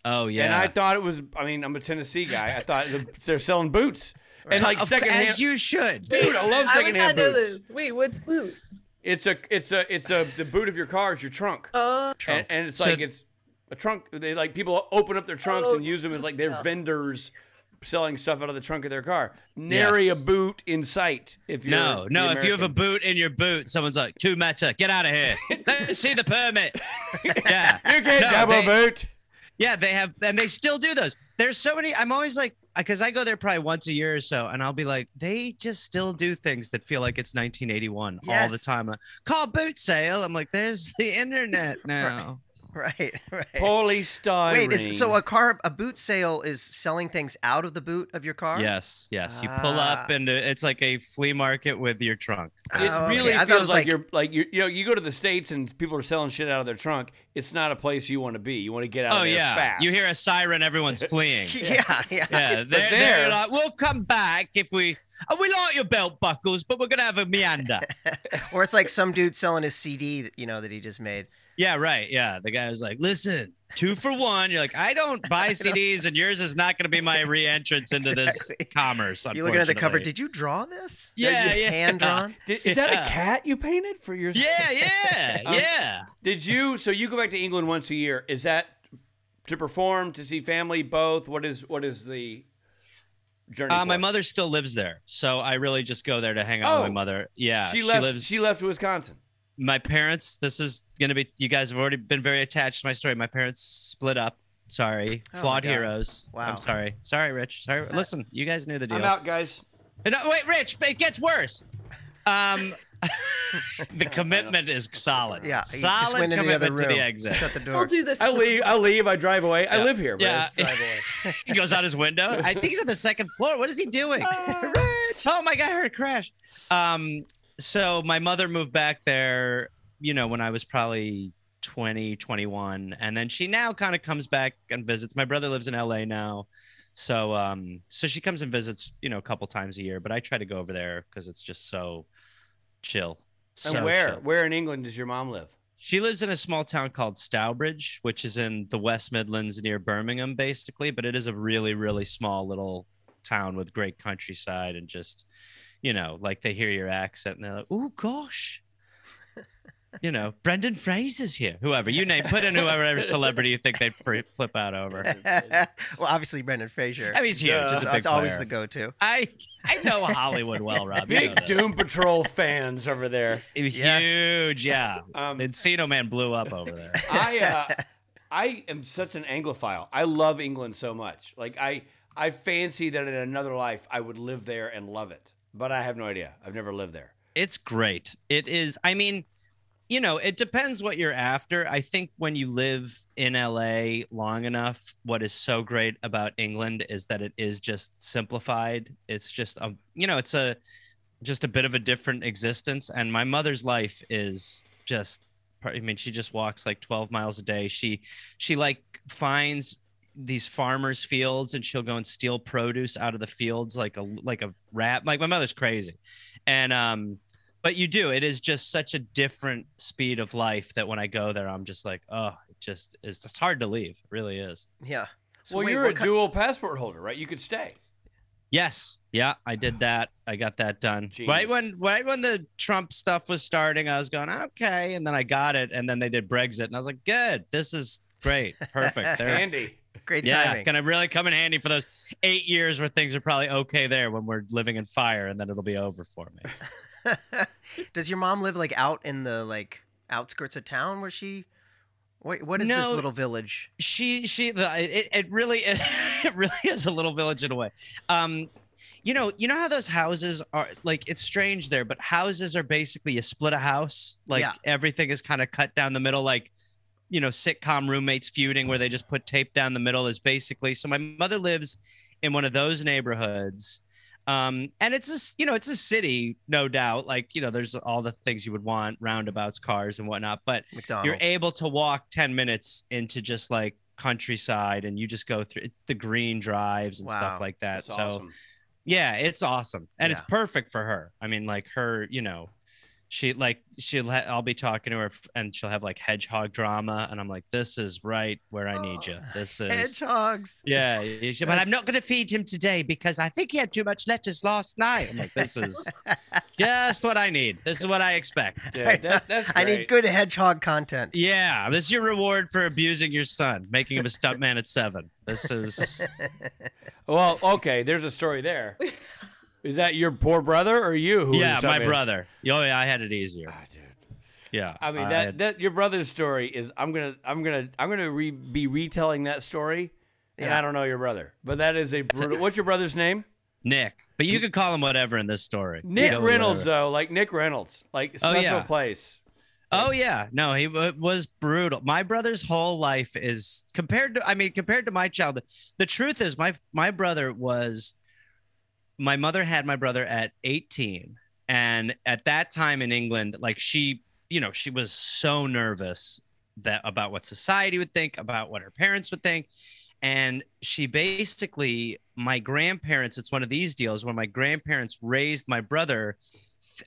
[SPEAKER 4] Oh yeah.
[SPEAKER 2] and I thought it was. I mean, I'm a Tennessee guy. I thought the- they're selling boots and like
[SPEAKER 4] Of-
[SPEAKER 2] secondhand.
[SPEAKER 4] As you should.
[SPEAKER 2] dude, I love
[SPEAKER 3] I would not
[SPEAKER 2] secondhand
[SPEAKER 3] know
[SPEAKER 2] boots.
[SPEAKER 3] this. Wait, what's boot?
[SPEAKER 2] It's a, it's a, it's a. The boot of your car is your trunk.
[SPEAKER 3] Oh,
[SPEAKER 2] and, and it's
[SPEAKER 4] So-
[SPEAKER 2] like it's a trunk. They like people open up their trunks
[SPEAKER 1] Oh,
[SPEAKER 2] and use them as like they're vendors selling stuff out of the trunk of their car. Nary
[SPEAKER 4] Yes.
[SPEAKER 2] a boot in sight. If you're
[SPEAKER 4] No,
[SPEAKER 2] the
[SPEAKER 4] no. If you have a
[SPEAKER 2] American.
[SPEAKER 4] boot in your boot, someone's like, two matter, get out of here. Let's see the permit. Yeah.
[SPEAKER 2] you can't
[SPEAKER 4] No,
[SPEAKER 2] have
[SPEAKER 4] they-
[SPEAKER 2] a boot.
[SPEAKER 4] Yeah, they have, and they still do those. There's so many. I'm always like, because I go there probably once a year or so, and I'll be like, they just still do things that feel like it's 1981 all the
[SPEAKER 1] Yes.
[SPEAKER 4] time. Like, Call boot sale. I'm like, there's the internet now.
[SPEAKER 1] Right, right.
[SPEAKER 2] Holy star
[SPEAKER 1] Wait, is,
[SPEAKER 2] ring.
[SPEAKER 1] so a car, a boot sale is selling things out of the boot of your car?
[SPEAKER 4] Yes, yes. You pull up
[SPEAKER 1] Ah.
[SPEAKER 4] and uh, it's like a flea market with your trunk.
[SPEAKER 2] It
[SPEAKER 1] Oh, okay.
[SPEAKER 2] really
[SPEAKER 1] I thought it
[SPEAKER 2] feels
[SPEAKER 1] was
[SPEAKER 2] like,
[SPEAKER 1] like-
[SPEAKER 2] you're like you you know you go to the states and people are selling shit out of their trunk. It's not a place you want to be. You want to get out.
[SPEAKER 4] oh
[SPEAKER 2] of there
[SPEAKER 4] yeah,
[SPEAKER 2] fast.
[SPEAKER 4] you hear a siren, everyone's fleeing.
[SPEAKER 1] Yeah, yeah.
[SPEAKER 4] Yeah, they're, they're
[SPEAKER 2] there-
[SPEAKER 4] like, we'll come back if we. Oh, we like your belt buckles, but we're gonna have a meander.
[SPEAKER 1] Or it's like some dude selling his CD, that- you know, that he just made.
[SPEAKER 4] yeah, right. Yeah, the guy was like, listen, two for one. You're like, I don't buy CDs, and yours is not gonna be my re-entrance into
[SPEAKER 1] Exactly.
[SPEAKER 4] this commerce.
[SPEAKER 1] You looking at the cover?
[SPEAKER 4] unfortunately.
[SPEAKER 1] Did you draw this?
[SPEAKER 4] Yeah,
[SPEAKER 1] Just
[SPEAKER 4] yeah.
[SPEAKER 1] hand drawn.
[SPEAKER 2] Did, is that
[SPEAKER 4] Yeah.
[SPEAKER 2] a cat you painted for your?
[SPEAKER 4] Yeah, yeah,
[SPEAKER 2] Um,
[SPEAKER 4] yeah.
[SPEAKER 2] Did you? So you go back to England once a year. Is that to perform, to see family, both? What is what is the journey?
[SPEAKER 4] Uh,
[SPEAKER 2] for?
[SPEAKER 4] my mother still lives there, so I really just go there to hang out with
[SPEAKER 2] Oh.
[SPEAKER 4] my mother. Yeah,
[SPEAKER 2] She left.
[SPEAKER 4] lives.
[SPEAKER 2] She left Wisconsin.
[SPEAKER 4] my parents this is gonna be you guys have already been very attached to my story my parents split up sorry
[SPEAKER 1] Oh my
[SPEAKER 4] flawed
[SPEAKER 1] God.
[SPEAKER 4] heroes
[SPEAKER 1] Wow.
[SPEAKER 4] i'm sorry sorry rich sorry listen you guys knew the deal
[SPEAKER 2] I'm out, guys.
[SPEAKER 4] And, uh, wait rich it gets worse um the commitment is solid
[SPEAKER 1] Yeah, he
[SPEAKER 4] solid
[SPEAKER 1] just went into the
[SPEAKER 4] commitment
[SPEAKER 1] other room.
[SPEAKER 4] to the exit
[SPEAKER 1] Shut the
[SPEAKER 3] I'll
[SPEAKER 1] door.
[SPEAKER 3] do this.
[SPEAKER 2] I leave. I leave. I drive away. I
[SPEAKER 4] Yeah.
[SPEAKER 2] live here. But I
[SPEAKER 4] Yeah.
[SPEAKER 2] just drive away.
[SPEAKER 4] he goes out his window i think he's on the second floor what is he doing oh my god i heard a crash um so my mother moved back there you know when i was probably 20 21 and then she now kind of comes back and visits my brother lives in la now so um so she comes and visits you know a couple times a year but i try to go over there because it's just so chill
[SPEAKER 2] And
[SPEAKER 4] So
[SPEAKER 2] where?
[SPEAKER 4] chill.
[SPEAKER 2] Where in England does your mom live?
[SPEAKER 4] She lives in a small town called Stowbridge, which is in the West Midlands near Birmingham, basically. But it is a really, really small little town with great countryside and just, you know, like they hear your accent and they're like, oh gosh. You know, Brendan Fraser's here. Whoever you name, put in whoever celebrity you think they'd fri- flip out over.
[SPEAKER 1] well, obviously Brendan Fraser. Uh,
[SPEAKER 4] I mean, he's huge.
[SPEAKER 2] Duh.
[SPEAKER 4] He's a big
[SPEAKER 1] That's always
[SPEAKER 4] player.
[SPEAKER 1] the go-to.
[SPEAKER 4] I I know Hollywood well, Rob. You know
[SPEAKER 2] Big
[SPEAKER 4] this.
[SPEAKER 2] Doom Patrol fans over there.
[SPEAKER 1] Yeah.
[SPEAKER 4] Huge, yeah.
[SPEAKER 2] Um,
[SPEAKER 4] Encino Man blew up over there.
[SPEAKER 2] I uh, I am such an Anglophile. I love England so much. Like I I fancy that in another life I would live there and love it. But I have no idea. I've never lived there.
[SPEAKER 4] It's great. It is. I mean, you know, it depends what you're after. I think when you live in LA long enough, what is so great about England is that it is just simplified. It's just a, you know, it's a just a bit of a different existence. And my mother's life is just. I mean, she just walks like 12 miles a day. She she like finds these farmers' fields and she'll go and steal produce out of the fields like a like a rat. Like my mother's crazy and um but you do it is just such a different speed of life that when i go there i'm just like oh it just is it's hard to leave it really is
[SPEAKER 1] Yeah. So
[SPEAKER 2] well,
[SPEAKER 1] wait,
[SPEAKER 2] you're
[SPEAKER 1] what
[SPEAKER 2] a
[SPEAKER 1] kind-
[SPEAKER 2] dual passport holder, right? You could stay.
[SPEAKER 4] yes yeah i did that i got that done
[SPEAKER 2] Genius.
[SPEAKER 4] right when right when the trump stuff was starting i was going okay and then i got it and then they did brexit and i was like good this is great perfect They're-
[SPEAKER 2] Andy.
[SPEAKER 1] Great
[SPEAKER 4] yeah
[SPEAKER 1] timing.
[SPEAKER 4] gonna really come in handy for those eight years where things are probably okay there when we're living in fire and then it'll be over for me
[SPEAKER 1] Does your mom live like out in the like outskirts of town where she? Wait, what is this
[SPEAKER 4] No.
[SPEAKER 1] little village?
[SPEAKER 4] she she the, it, it really it really is a little village in a way um you know you know how those houses are like it's strange there but houses are basically you split a house like
[SPEAKER 1] Yeah.
[SPEAKER 4] everything is kind of cut down the middle like you know sitcom roommates feuding where they just put tape down the middle is basically so my mother lives in one of those neighborhoods um and it's a s- you know it's a city no doubt like you know there's all the things you would want roundabouts cars and whatnot but you're
[SPEAKER 1] McDonald's.
[SPEAKER 4] able to walk 10 minutes into just like countryside and you just go through it's the green drives and
[SPEAKER 1] Wow.
[SPEAKER 4] stuff like that
[SPEAKER 2] That's
[SPEAKER 4] so
[SPEAKER 2] awesome.
[SPEAKER 4] yeah it's awesome and it's
[SPEAKER 1] Yeah.
[SPEAKER 4] perfect for her i mean like her you know she like she'll ha- i'll be talking to her f- and she'll have like hedgehog drama and i'm like this is right where i need you this is
[SPEAKER 1] Hedgehogs.
[SPEAKER 4] yeah, you should- but
[SPEAKER 1] Oh, That's-
[SPEAKER 4] I'm not going to feed him today because I think he had too much lettuce last night. I'm like, this is just what I need. This is what I expect.
[SPEAKER 2] Yeah, that, that's
[SPEAKER 1] I need
[SPEAKER 2] great.
[SPEAKER 1] good hedgehog content.
[SPEAKER 4] Yeah, this is your reward for abusing your son, making him a stuntman at seven. This is
[SPEAKER 2] Well, okay, there's a story there. Is that your poor brother or you? Who
[SPEAKER 4] yeah,
[SPEAKER 2] was
[SPEAKER 4] my
[SPEAKER 2] something?
[SPEAKER 4] brother. Oh yeah, I had it easier.
[SPEAKER 2] Ah, dude.
[SPEAKER 4] Yeah,
[SPEAKER 2] I mean
[SPEAKER 4] had-
[SPEAKER 2] that, that your brother's story is I'm gonna I'm gonna I'm gonna re, be retelling that story, and
[SPEAKER 1] Yeah.
[SPEAKER 2] I don't know your brother, but that is a brutal. What's your brother's name?
[SPEAKER 4] Nick, but you could call him whatever in this story. You
[SPEAKER 2] Nick
[SPEAKER 4] know,
[SPEAKER 2] Reynolds
[SPEAKER 4] whatever.
[SPEAKER 2] though, like Nick Reynolds, like special
[SPEAKER 4] yeah.
[SPEAKER 2] place.
[SPEAKER 4] Oh yeah, no, he w- was brutal. My brother's whole life is compared to I mean compared to my childhood. The truth is my my brother was my mother had my brother at 18 and at that time in England like she, you know, she was so nervous that about what society would think, about what her parents would think. And she basically my grandparents, it's one of these deals where my grandparents raised my brother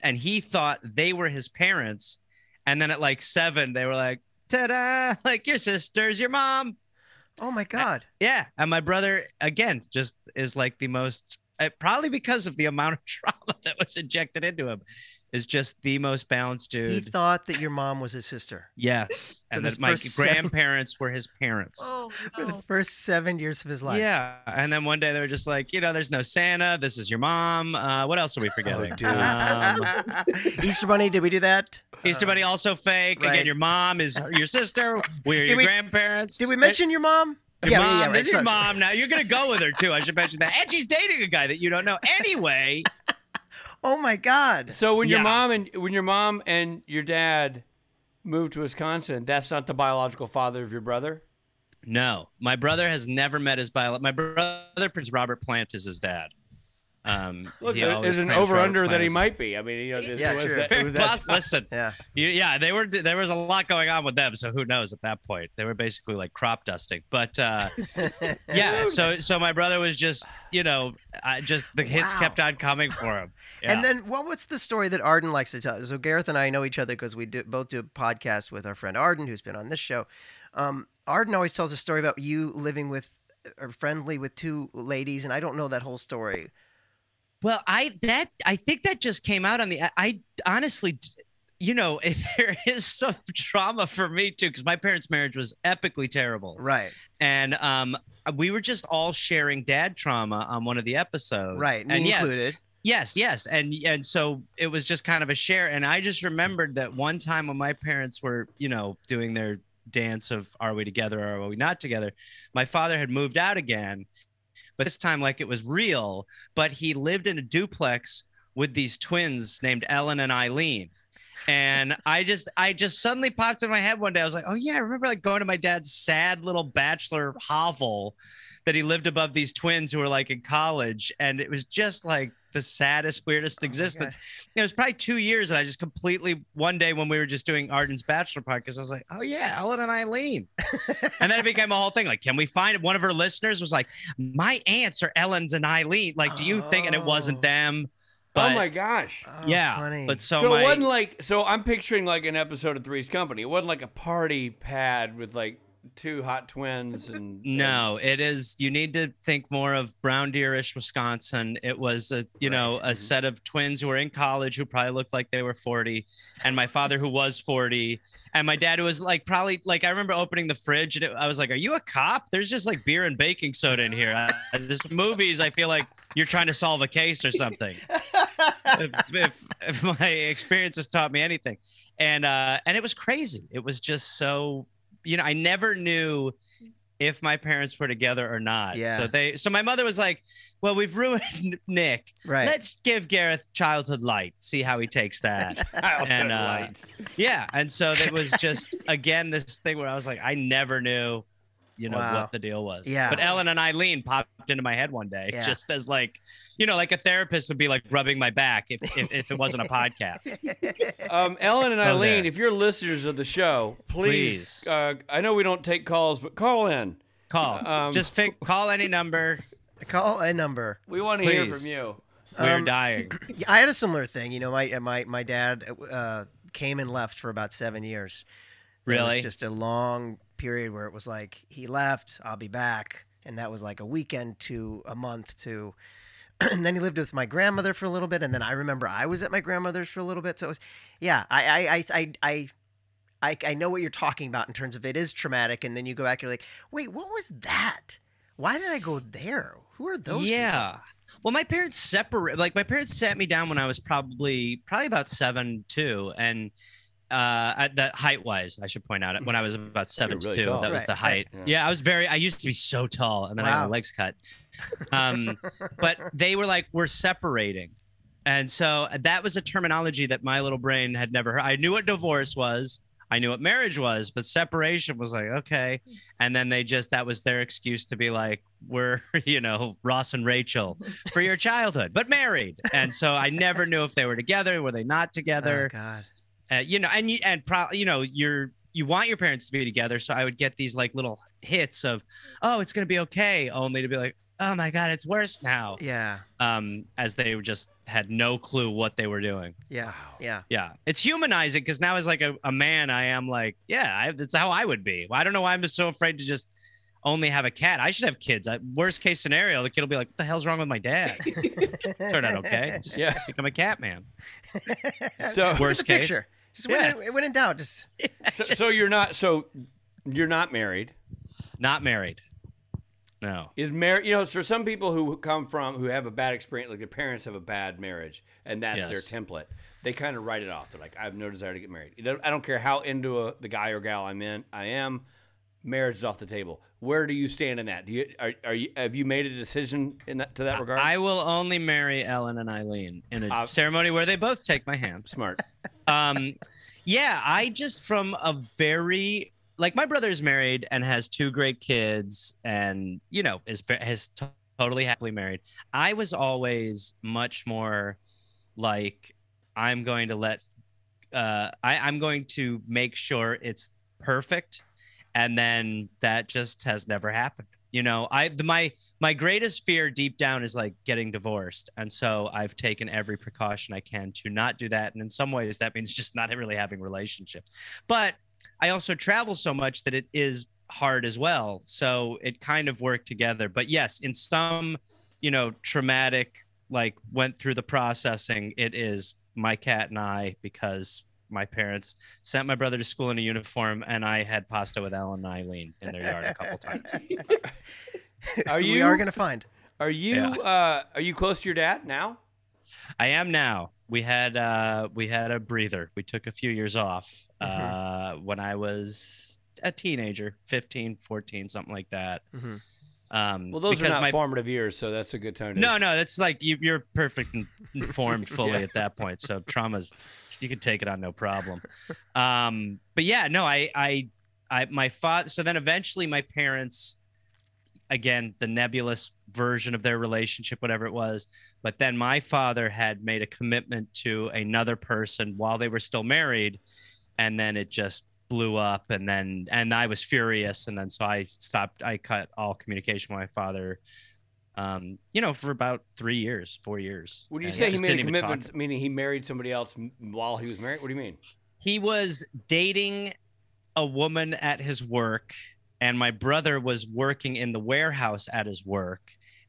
[SPEAKER 4] and he thought they were his parents. And then at like seven, they were like, ta-da, like your sister's your mom.
[SPEAKER 1] Oh my god.
[SPEAKER 4] Yeah. And my brother, again, just is like the most, uh, probably because of the amount of trauma that was injected into him, is just the most balanced
[SPEAKER 1] He
[SPEAKER 4] dude.
[SPEAKER 1] thought that your mom was his sister.
[SPEAKER 4] yes.
[SPEAKER 1] For
[SPEAKER 4] And
[SPEAKER 1] this
[SPEAKER 4] that my
[SPEAKER 1] first seven-
[SPEAKER 4] grandparents were his parents.
[SPEAKER 3] Oh
[SPEAKER 1] For the
[SPEAKER 3] no.
[SPEAKER 1] first seven years of his life.
[SPEAKER 4] Yeah. And then one day they were just like, you know, there's no Santa. This is your mom. Uh, what else are we forgetting?
[SPEAKER 2] dude.
[SPEAKER 4] Um,
[SPEAKER 1] Easter Bunny, did we do that?
[SPEAKER 4] Easter Bunny also fake.
[SPEAKER 1] right.
[SPEAKER 4] Again, your mom is your sister. We're
[SPEAKER 1] Did
[SPEAKER 4] your
[SPEAKER 1] we-
[SPEAKER 4] grandparents.
[SPEAKER 1] Did we
[SPEAKER 4] And-
[SPEAKER 1] mention your mom?
[SPEAKER 4] Your mom,
[SPEAKER 1] right,
[SPEAKER 4] this is
[SPEAKER 1] sorry.
[SPEAKER 4] your mom now. You're gonna go with her too. I should mention that. And she's dating a guy that you don't know. Anyway,
[SPEAKER 1] Oh my god.
[SPEAKER 2] So when your
[SPEAKER 4] Yeah.
[SPEAKER 2] mom and when your mom and your dad moved to Wisconsin, that's not the biological father of your brother.
[SPEAKER 4] no, my brother has never met his bio. My brother, Prince Robert Plant, is his dad. Um,
[SPEAKER 2] Look,
[SPEAKER 4] he
[SPEAKER 2] there- there's
[SPEAKER 4] always
[SPEAKER 2] an
[SPEAKER 4] Prince Robert
[SPEAKER 2] over under
[SPEAKER 4] Plant
[SPEAKER 2] that he
[SPEAKER 4] is-
[SPEAKER 2] might be. I mean, you know,
[SPEAKER 1] Yeah,
[SPEAKER 2] it was
[SPEAKER 1] true.
[SPEAKER 2] that, it was that
[SPEAKER 4] Plus, listen,
[SPEAKER 1] Yeah.
[SPEAKER 4] you, yeah, they were. There was a lot going on with them, so who knows at that point? They were basically like crop dusting. But uh, yeah, so so my brother was just, you know, I just the hits
[SPEAKER 1] Wow.
[SPEAKER 4] kept on coming for him. Yeah.
[SPEAKER 1] And then what what's the story that Arden likes to tell? So Gareth and I know each other because we do, both do a podcast with our friend Arden, who's been on this show. Um, Arden always tells a story about you living with or friendly with two ladies, and I don't know that whole story.
[SPEAKER 4] Well, I that I think that just came out on the. I, I honestly, d- you know, there is some trauma for me too because my parents' marriage was epically terrible,
[SPEAKER 1] Right.
[SPEAKER 4] and um, we were just all sharing dad trauma on one of the episodes,
[SPEAKER 1] Right. Me
[SPEAKER 4] And yeah,
[SPEAKER 1] included. Oh
[SPEAKER 4] yes, yes, and and so it was just kind of a share, and I just remembered that one time when my parents were, you know, doing their dance of are we together or are we not together my father had moved out again but this time like it was real but he lived in a duplex with these twins named ellen and eileen and i just i just suddenly popped in my head one day i was like oh yeah i remember like going to my dad's sad little bachelor hovel that he lived above these twins who were like in college and it was just like the saddest weirdest
[SPEAKER 1] Oh
[SPEAKER 4] existence it was probably two years and i just completely one day when we were just doing arden's bachelor podcast i was like oh yeah ellen and eileen and then it became a whole thing. Like, can we find one of her listeners was like, my aunts are Ellen's and Eileen. Like, do you think? And it wasn't
[SPEAKER 1] Oh.
[SPEAKER 4] them.
[SPEAKER 2] oh
[SPEAKER 4] But
[SPEAKER 2] my gosh.
[SPEAKER 1] Oh,
[SPEAKER 4] yeah,
[SPEAKER 1] Funny.
[SPEAKER 4] but so,
[SPEAKER 2] So it
[SPEAKER 4] my
[SPEAKER 2] wasn't like so I'm picturing like an episode of Three's Company. It wasn't like a party pad with like two hot twins and
[SPEAKER 4] no, it is. You need to think more of Brown Deerish, Wisconsin. It was a you know
[SPEAKER 2] Right,
[SPEAKER 4] a
[SPEAKER 2] mhm.
[SPEAKER 4] set of twins who were in college who probably looked like they were forty, and my father who was forty, and my dad who was like probably like I remember opening the fridge and it, I was like, "Are you a cop? There's just like beer and baking soda in here. I, this movies. I feel like you're trying to solve a case or something." if, if, if my experience has taught me anything and uh and it was crazy it was just so you know i never knew if my parents were together or not
[SPEAKER 1] Yeah.
[SPEAKER 4] so they so my mother was like well we've ruined nick
[SPEAKER 1] right.
[SPEAKER 4] let's give gareth childhood light see how he takes that And, uh, yeah and so that was just again this thing where i was like i never knew you know
[SPEAKER 1] Wow.
[SPEAKER 4] what the deal was
[SPEAKER 1] Yeah.
[SPEAKER 4] but ellen and eileen popped into my head one day
[SPEAKER 1] Yeah.
[SPEAKER 4] just as like you know like a therapist would be like rubbing my back if if, if it wasn't a podcast
[SPEAKER 2] um, Ellen and
[SPEAKER 4] Oh,
[SPEAKER 2] Eileen,
[SPEAKER 4] there.
[SPEAKER 2] if you're listeners of the show, please,
[SPEAKER 4] Please.
[SPEAKER 2] Uh, I know we don't take calls, but call in.
[SPEAKER 4] call.
[SPEAKER 2] Um,
[SPEAKER 4] Just fi- call any number.
[SPEAKER 1] Call a number.
[SPEAKER 2] We want to hear
[SPEAKER 4] Please.
[SPEAKER 2] from you.
[SPEAKER 4] We're
[SPEAKER 1] Um,
[SPEAKER 4] dying.
[SPEAKER 1] Yeah, I had a similar thing. You know, my my my dad uh, came and left for about seven years. There
[SPEAKER 4] Really?
[SPEAKER 1] was just a long period where it was like he left, I'll be back, and that was like a weekend to a month to. And then he lived with my grandmother for a little bit, and then I remember I was at my grandmother's for a little bit. So it was, yeah, I I I I. I I, I know what you're talking about in terms of it is traumatic, and then you go back, you're like, wait, what was that? Why did I go there? Who are those?
[SPEAKER 4] yeah. Well, my parents separate. Like my parents sat me down when I was probably probably about seven two, and uh, at that height wise, I should point out when I was about seven
[SPEAKER 2] really
[SPEAKER 4] two,
[SPEAKER 2] tall.
[SPEAKER 4] that was
[SPEAKER 1] Right,
[SPEAKER 4] the
[SPEAKER 1] right.
[SPEAKER 4] height.
[SPEAKER 2] Yeah.
[SPEAKER 4] Yeah. I was very. I used to be so tall, and then I had
[SPEAKER 1] Wow.
[SPEAKER 4] my legs cut. Um, but they were like, we're separating. And so that was a terminology that my little brain had never heard. I knew what divorce was. I knew what marriage was, but separation was like, okay. And then they just, that was their excuse to be like, we're, you know, Ross and Rachel for your childhood, but married. And so I never knew if they were together, were they not
[SPEAKER 1] Oh
[SPEAKER 4] together?
[SPEAKER 1] God.
[SPEAKER 4] Uh, you know, and you, and pro, you know, you're, you want your parents to be together. So I would get these like little hits of, oh, it's going to be okay, only to be like, oh my God, it's worse now.
[SPEAKER 1] Yeah.
[SPEAKER 4] Um, as they just had no clue what they were doing.
[SPEAKER 1] Yeah.
[SPEAKER 2] Wow.
[SPEAKER 1] Yeah.
[SPEAKER 4] Yeah, it's humanizing because now as like a, a man, I am like, yeah, I, that's how I would be. I don't know why I'm so afraid to just only have a cat. I should have kids. I, worst case scenario, the kid will be like, what the hell's wrong with my dad? Turned out okay. Just
[SPEAKER 2] Yeah.
[SPEAKER 4] become a cat man.
[SPEAKER 2] So-
[SPEAKER 1] Look at the
[SPEAKER 4] Worst case.
[SPEAKER 1] picture. Just when,
[SPEAKER 4] Yeah.
[SPEAKER 1] it, when in doubt, just
[SPEAKER 2] So, so you're not. So you're not married.
[SPEAKER 4] Not married. No.
[SPEAKER 2] Is married? You know, it's for some people who come from who have a bad experience, like their parents have a bad marriage, and that's their
[SPEAKER 4] Yes.
[SPEAKER 2] template. They kind of write it off. They're like, I have no desire to get married. It don't- I don't care how into a, the guy or gal I'm in. I am. Marriage is off the table. Where do you stand in that? Do you are, are you have you made a decision in that to that regard?
[SPEAKER 4] I will only marry Ellen and Eileen in a
[SPEAKER 2] Uh,
[SPEAKER 4] ceremony where they both take my hand.
[SPEAKER 2] smart.
[SPEAKER 4] um yeah i just from a very like my brother's married and has two great kids and you know is has t- totally happily married i was always much more like i'm going to let uh I, i'm going to make sure it's perfect and then that just has never happened you know i the, my my greatest fear deep down is like getting divorced and so i've taken every precaution i can to not do that and in some ways that means just not really having relationships but i also travel so much that it is hard as well so it kind of worked together but yes in some you know traumatic like went through the processing it is my cat and i because my parents sent my brother to school in a uniform and i had pasta with alan and eileen in their yard a couple times
[SPEAKER 2] Are
[SPEAKER 1] we
[SPEAKER 2] you-
[SPEAKER 1] are gonna find.
[SPEAKER 2] Are you
[SPEAKER 4] Yeah.
[SPEAKER 2] uh, are you close to your dad now?
[SPEAKER 4] I am now. We had uh, we had a breather. We took a few years off
[SPEAKER 2] Mm-hmm.
[SPEAKER 4] uh, when I was a teenager, 15, 14, something like that.
[SPEAKER 1] Mhm.
[SPEAKER 4] Um,
[SPEAKER 2] Mm-hmm. Well, those
[SPEAKER 4] because
[SPEAKER 2] are not
[SPEAKER 4] my
[SPEAKER 2] formative years, so that's a good time to
[SPEAKER 4] no, no, that's like you, you're perfect and informed fully
[SPEAKER 2] Yeah.
[SPEAKER 4] at that point. So traumas, you can take it on no problem. Um, but yeah, no, I, I, I, my father. So then eventually, my parents, again, the nebulous version of their relationship, whatever it was. But then my father had made a commitment to another person while they were still married, and then it just blew up and then and i was furious and then so i stopped i cut all communication with my father um, you know, for about three years, four years.
[SPEAKER 2] When you
[SPEAKER 4] And
[SPEAKER 2] say he
[SPEAKER 4] just
[SPEAKER 2] made a
[SPEAKER 4] didn't even talk.
[SPEAKER 2] commitment, meaning he married somebody else m- while he was married? What do you mean?
[SPEAKER 4] He was dating a woman at his work, and my brother was working in the warehouse at his work.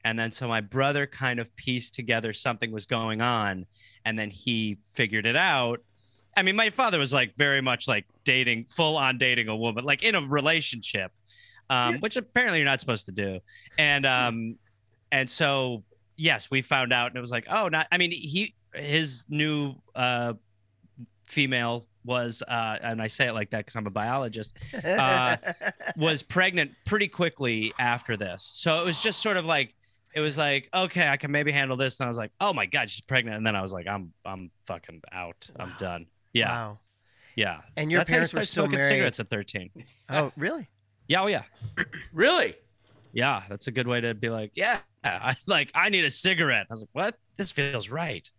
[SPEAKER 4] And then so my brother kind of pieced together something was going on, and then he figured it out. I mean, my father was like very much like dating, full on dating a woman, like in a relationship, um, which apparently you're not supposed to do. And um, and so yes, we found out, and it was like, oh, not. I mean, he his new uh, female was, uh, and I say it like that because I'm a biologist Uh, was pregnant pretty quickly after this. So it was just sort of like it was like, okay, I can maybe handle this. And I was like, oh my God, she's pregnant. And then I was like, I'm I'm fucking out. I'm
[SPEAKER 1] Wow.
[SPEAKER 4] done. Yeah.
[SPEAKER 1] Wow.
[SPEAKER 4] Yeah.
[SPEAKER 1] And
[SPEAKER 4] So
[SPEAKER 1] your
[SPEAKER 4] that's how you
[SPEAKER 1] parents were
[SPEAKER 4] start
[SPEAKER 1] still
[SPEAKER 4] smoking
[SPEAKER 1] married?
[SPEAKER 4] cigarettes at 13.
[SPEAKER 1] Oh, really?
[SPEAKER 4] Yeah, oh yeah.
[SPEAKER 2] Really?
[SPEAKER 4] Yeah. That's a good way to be like, yeah, I like I need a cigarette. I was like, what? This feels right.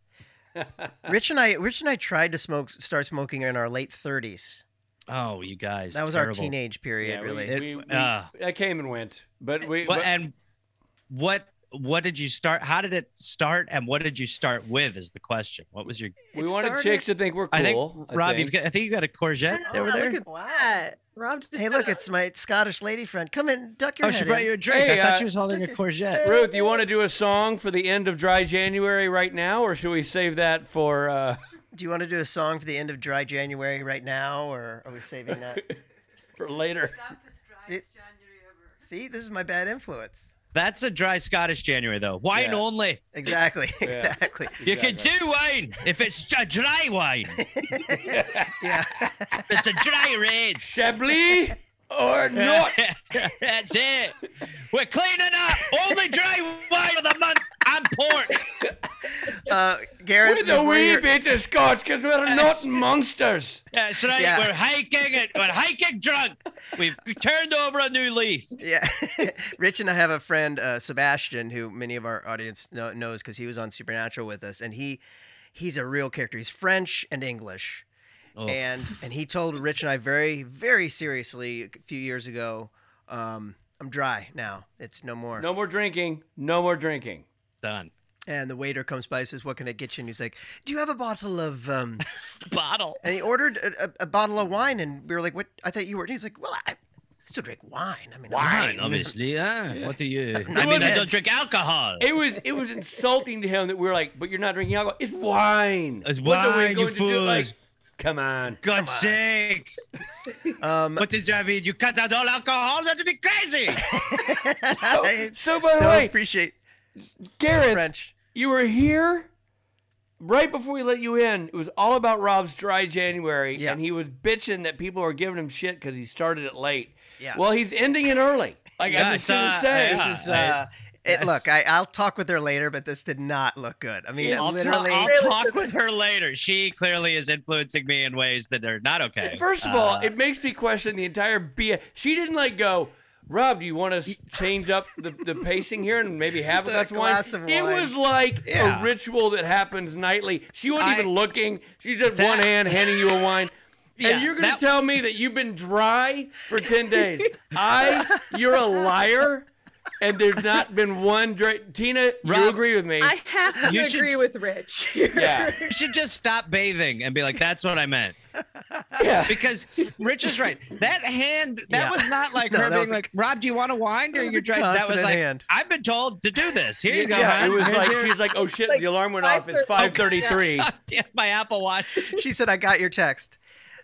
[SPEAKER 2] uh,
[SPEAKER 1] Rich and I, Rich and I tried to smoke, start smoking in our late thirties.
[SPEAKER 4] Oh, you guys.
[SPEAKER 1] That was our
[SPEAKER 4] terrible.
[SPEAKER 1] teenage period,
[SPEAKER 2] Yeah, we-
[SPEAKER 1] really.
[SPEAKER 2] it- We- we-
[SPEAKER 4] uh,
[SPEAKER 2] I came and went, but we.
[SPEAKER 4] What
[SPEAKER 2] but-
[SPEAKER 4] and what what did you start? How did it start? And what did you start with? Is the question. What was your?
[SPEAKER 2] we
[SPEAKER 1] It
[SPEAKER 2] wanted
[SPEAKER 1] started-
[SPEAKER 2] chicks to think we're cool.
[SPEAKER 4] I think Rob, you've
[SPEAKER 2] think.
[SPEAKER 4] got. I think you got a courgette
[SPEAKER 3] Ah,
[SPEAKER 4] over
[SPEAKER 3] look
[SPEAKER 4] there.
[SPEAKER 3] at
[SPEAKER 1] Wow.
[SPEAKER 3] that. Rob just
[SPEAKER 1] Hey,
[SPEAKER 3] said
[SPEAKER 1] look,
[SPEAKER 3] it.
[SPEAKER 1] it's my Scottish lady friend. Come in, duck your
[SPEAKER 4] Oh,
[SPEAKER 1] head
[SPEAKER 4] she brought
[SPEAKER 1] in.
[SPEAKER 4] you a drink.
[SPEAKER 2] Hey,
[SPEAKER 4] I thought
[SPEAKER 2] uh,
[SPEAKER 4] she was holding a courgette.
[SPEAKER 2] Ruth, you want to do a song for the end of Dry January right now, or should we save that for? Uh,
[SPEAKER 1] Do you want to do a song for the end of Dry January right now, or are we saving that?
[SPEAKER 2] for later.
[SPEAKER 5] dampest,
[SPEAKER 1] It-
[SPEAKER 5] driest January ever.
[SPEAKER 1] See, this is my bad influence.
[SPEAKER 4] That's a dry Scottish January though. Wine
[SPEAKER 2] Yeah.
[SPEAKER 4] only.
[SPEAKER 1] Exactly,
[SPEAKER 2] Yeah.
[SPEAKER 1] exactly.
[SPEAKER 4] You can do wine if it's a dry wine.
[SPEAKER 1] Yeah.
[SPEAKER 4] If it's a dry red.
[SPEAKER 2] Chablis or not.
[SPEAKER 4] That's it. We're cleaning up. Only dry wine of the month and port.
[SPEAKER 1] Uh, Gareth,
[SPEAKER 2] We're the
[SPEAKER 1] before
[SPEAKER 2] wee
[SPEAKER 1] your-
[SPEAKER 2] bit of scotch because we're not monsters.
[SPEAKER 4] Yeah, that's right.
[SPEAKER 1] Yeah.
[SPEAKER 4] We're hiking it. We're hiking drunk. We've turned over a new leaf.
[SPEAKER 1] Yeah, Rich and I have a friend, uh, Sebastian, who many of our audience know, knows because he was on Supernatural with us, and he he's a real character. He's French and English,
[SPEAKER 4] Oh.
[SPEAKER 1] and and he told Rich and I very very seriously a few years ago, um, I'm dry now. It's no more.
[SPEAKER 2] No more drinking. No more drinking.
[SPEAKER 4] Done.
[SPEAKER 1] And the waiter comes by and says, "What can I get you?" And he's like, "Do you have a bottle of?" Um,
[SPEAKER 4] Bottle.
[SPEAKER 1] and he ordered a, a, a bottle of wine, and we were like, "What?" I thought you were. And he's like, "Well, I I still drink wine. I mean, I'm-
[SPEAKER 4] obviously. Huh? What do you?
[SPEAKER 1] I
[SPEAKER 4] I mean, I
[SPEAKER 1] mean-
[SPEAKER 4] don't drink alcohol.
[SPEAKER 2] It was it was insulting to him that we are like, but you're not drinking alcohol. It's wine.
[SPEAKER 4] It's
[SPEAKER 2] What are we
[SPEAKER 4] wine, you
[SPEAKER 2] going to do? Like,
[SPEAKER 4] fools.
[SPEAKER 2] come on.
[SPEAKER 4] God's sake!
[SPEAKER 1] Um,
[SPEAKER 4] What does that mean? You cut out all alcohol? That'd be crazy.
[SPEAKER 1] I
[SPEAKER 2] So by the
[SPEAKER 1] so
[SPEAKER 2] way,
[SPEAKER 1] appreciate
[SPEAKER 2] Gareth,
[SPEAKER 1] French.
[SPEAKER 2] you were here right before we let you in. It was all about Rob's dry January,
[SPEAKER 1] Yeah.
[SPEAKER 2] and he was bitching that people were giving him shit because he started it late.
[SPEAKER 1] Yeah.
[SPEAKER 2] Well, he's ending it early. Like
[SPEAKER 4] Yeah,
[SPEAKER 2] I'm
[SPEAKER 4] I
[SPEAKER 2] just gonna
[SPEAKER 4] saw-
[SPEAKER 2] say,
[SPEAKER 4] yeah.
[SPEAKER 1] This is, uh, it, look, I, I'll talk with her later, but this did not look good. I mean, it
[SPEAKER 4] I'll, ta-
[SPEAKER 1] literally.
[SPEAKER 4] I'll
[SPEAKER 3] Really?
[SPEAKER 4] talk with her later. She clearly is influencing me in ways that are not okay. Uh,
[SPEAKER 2] First of all, it makes me question the entire BS. She didn't like go. Rob, do you want to s- change up the, the pacing here and maybe have
[SPEAKER 1] Just a
[SPEAKER 2] that's wine?
[SPEAKER 1] glass of
[SPEAKER 2] It
[SPEAKER 1] wine.
[SPEAKER 2] was like
[SPEAKER 4] Yeah.
[SPEAKER 2] a ritual that happens nightly. She wasn't
[SPEAKER 4] I-
[SPEAKER 2] even looking. She's just one
[SPEAKER 4] That-
[SPEAKER 2] hand handing you a wine.
[SPEAKER 4] Yeah,
[SPEAKER 2] and you're going
[SPEAKER 4] that-
[SPEAKER 2] to tell me that you've been dry for 10 days. I, you're a liar. And there's not been one dry. Tina, you
[SPEAKER 4] Rob,
[SPEAKER 2] agree with me.
[SPEAKER 3] I have to
[SPEAKER 4] You should-
[SPEAKER 3] agree with Rich.
[SPEAKER 2] yeah.
[SPEAKER 4] you should just stop bathing and be like, "That's what I meant."
[SPEAKER 2] yeah.
[SPEAKER 4] Because Rich is right. That hand, that
[SPEAKER 1] Yeah.
[SPEAKER 4] was not like
[SPEAKER 1] No,
[SPEAKER 4] her
[SPEAKER 1] that was
[SPEAKER 4] being
[SPEAKER 1] a-
[SPEAKER 4] like, "Rob, do you want a wine during
[SPEAKER 1] was
[SPEAKER 4] your
[SPEAKER 1] a
[SPEAKER 4] drive?" That was
[SPEAKER 1] confident
[SPEAKER 4] like,
[SPEAKER 1] hand.
[SPEAKER 4] "I've been told to do this. Here you go."
[SPEAKER 2] Yeah,
[SPEAKER 4] hon.
[SPEAKER 2] it was
[SPEAKER 4] Here's
[SPEAKER 2] like
[SPEAKER 4] your-
[SPEAKER 2] she's like, "Oh shit,
[SPEAKER 3] Like,
[SPEAKER 2] the alarm went off. It's
[SPEAKER 3] five
[SPEAKER 2] 5:33."
[SPEAKER 4] Yeah, my Apple Watch.
[SPEAKER 1] she said, "I got your text."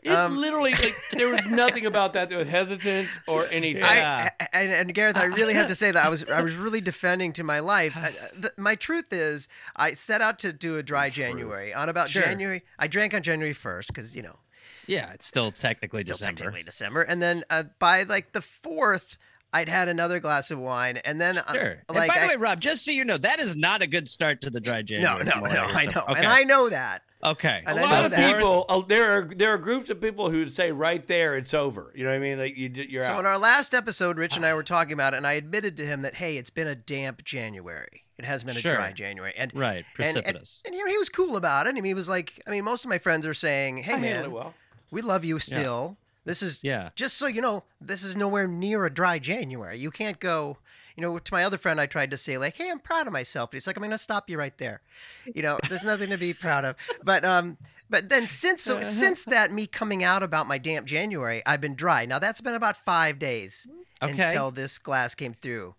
[SPEAKER 2] It
[SPEAKER 1] Um,
[SPEAKER 2] literally, like, there was nothing about that that was hesitant or anything.
[SPEAKER 4] Yeah.
[SPEAKER 1] I, and, and Gareth, I really have to say that I was I was really defending to my life. I, I- th- my truth is, I set out to do a dry January. On about
[SPEAKER 4] Sure.
[SPEAKER 1] January, I drank on January first because you know
[SPEAKER 4] Yeah, it's still technically
[SPEAKER 1] still
[SPEAKER 4] December.
[SPEAKER 1] technically December. And then uh, by like the fourth, I'd had another glass of wine, and then uh,
[SPEAKER 4] Sure. and
[SPEAKER 1] like
[SPEAKER 4] by the
[SPEAKER 1] I-
[SPEAKER 4] way, Rob, just so you know, that is not a good start to the dry
[SPEAKER 1] no,
[SPEAKER 4] January.
[SPEAKER 1] no,
[SPEAKER 4] from
[SPEAKER 1] no,
[SPEAKER 4] what hear
[SPEAKER 1] I
[SPEAKER 4] so-
[SPEAKER 1] know,
[SPEAKER 4] Okay.
[SPEAKER 1] and I know that.
[SPEAKER 4] okay.
[SPEAKER 1] and
[SPEAKER 2] a
[SPEAKER 1] I
[SPEAKER 2] lot
[SPEAKER 1] know
[SPEAKER 2] of
[SPEAKER 1] that.
[SPEAKER 2] people, uh, there are there are groups of people who say right there it's over. You know what I mean? Like you, d- you're
[SPEAKER 1] So
[SPEAKER 2] out.
[SPEAKER 1] in our last episode, Rich and I were talking about it, and I admitted to him that hey, it's been a damp January. It has been a
[SPEAKER 4] Sure.
[SPEAKER 1] dry January, and
[SPEAKER 4] Right,
[SPEAKER 1] and-
[SPEAKER 4] precipitous.
[SPEAKER 1] And, and, you know, he was cool about it. I mean, he was like, I mean, most of my friends are saying,
[SPEAKER 4] Oh,
[SPEAKER 1] "Hey,
[SPEAKER 2] I handled
[SPEAKER 1] man,
[SPEAKER 2] it well.
[SPEAKER 1] we love you still. This is
[SPEAKER 4] Yeah.
[SPEAKER 1] Just so you know, this is nowhere near a dry January. You can't go. You know, to my other friend, I tried to say like, "Hey, I'm proud of myself." But he's like, "I'm gonna stop you right there." You know, there's nothing to be proud of. But um, but then since so since that me coming out about my damp January, I've been dry. Now that's been about five days
[SPEAKER 4] Okay.
[SPEAKER 1] until this glass came through.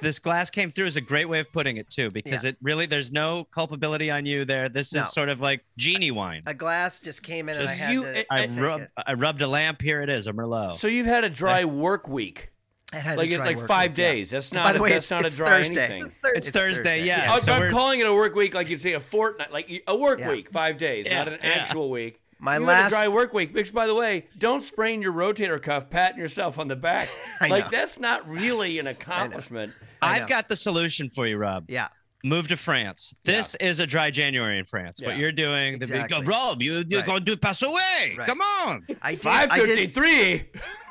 [SPEAKER 4] this glass came through is a great way of putting it too, because it really there's no culpability on you there. This
[SPEAKER 1] No.
[SPEAKER 4] is sort of like genie wine.
[SPEAKER 1] A glass just came in, and I
[SPEAKER 4] Just
[SPEAKER 1] had
[SPEAKER 2] you-
[SPEAKER 1] to.
[SPEAKER 4] I,
[SPEAKER 1] take it.
[SPEAKER 4] rub, I rubbed a lamp. Here it is, a Merlot.
[SPEAKER 2] So you've had a dry work week,
[SPEAKER 1] I had to
[SPEAKER 2] like it-
[SPEAKER 1] try
[SPEAKER 2] like
[SPEAKER 1] work
[SPEAKER 2] five
[SPEAKER 1] week, yeah.
[SPEAKER 2] days. That's not
[SPEAKER 1] By
[SPEAKER 2] a,
[SPEAKER 1] the way,
[SPEAKER 2] that's
[SPEAKER 1] it's-
[SPEAKER 2] not
[SPEAKER 1] it's
[SPEAKER 2] a dry
[SPEAKER 1] Thursday.
[SPEAKER 2] anything.
[SPEAKER 4] it's, Thursday,
[SPEAKER 1] Thursday,
[SPEAKER 4] yeah.
[SPEAKER 1] yeah.
[SPEAKER 2] Oh,
[SPEAKER 4] so
[SPEAKER 2] I'm
[SPEAKER 4] we're-
[SPEAKER 2] calling it a work week, like you'd say a fortnight, like a work
[SPEAKER 1] Yeah.
[SPEAKER 2] week, five days,
[SPEAKER 4] Yeah,
[SPEAKER 2] not an
[SPEAKER 4] yeah.
[SPEAKER 2] actual week.
[SPEAKER 1] My
[SPEAKER 2] you
[SPEAKER 1] last-
[SPEAKER 2] had a dry work week, which, by the way, don't sprain your rotator cuff patting yourself on the back.
[SPEAKER 1] I
[SPEAKER 2] like
[SPEAKER 1] know.
[SPEAKER 2] that's not really an accomplishment.
[SPEAKER 1] I know.
[SPEAKER 4] I've got the solution for you, Rob.
[SPEAKER 1] Yeah.
[SPEAKER 4] Move to France. This is a dry January in France. What
[SPEAKER 2] Yeah.
[SPEAKER 4] you're doing, the big,
[SPEAKER 1] Exactly.
[SPEAKER 4] Rob, you, you're
[SPEAKER 1] Right.
[SPEAKER 4] going to do pass away.
[SPEAKER 1] Right.
[SPEAKER 4] Come on.
[SPEAKER 1] I did,
[SPEAKER 2] Five
[SPEAKER 1] I did,
[SPEAKER 2] thirty-three.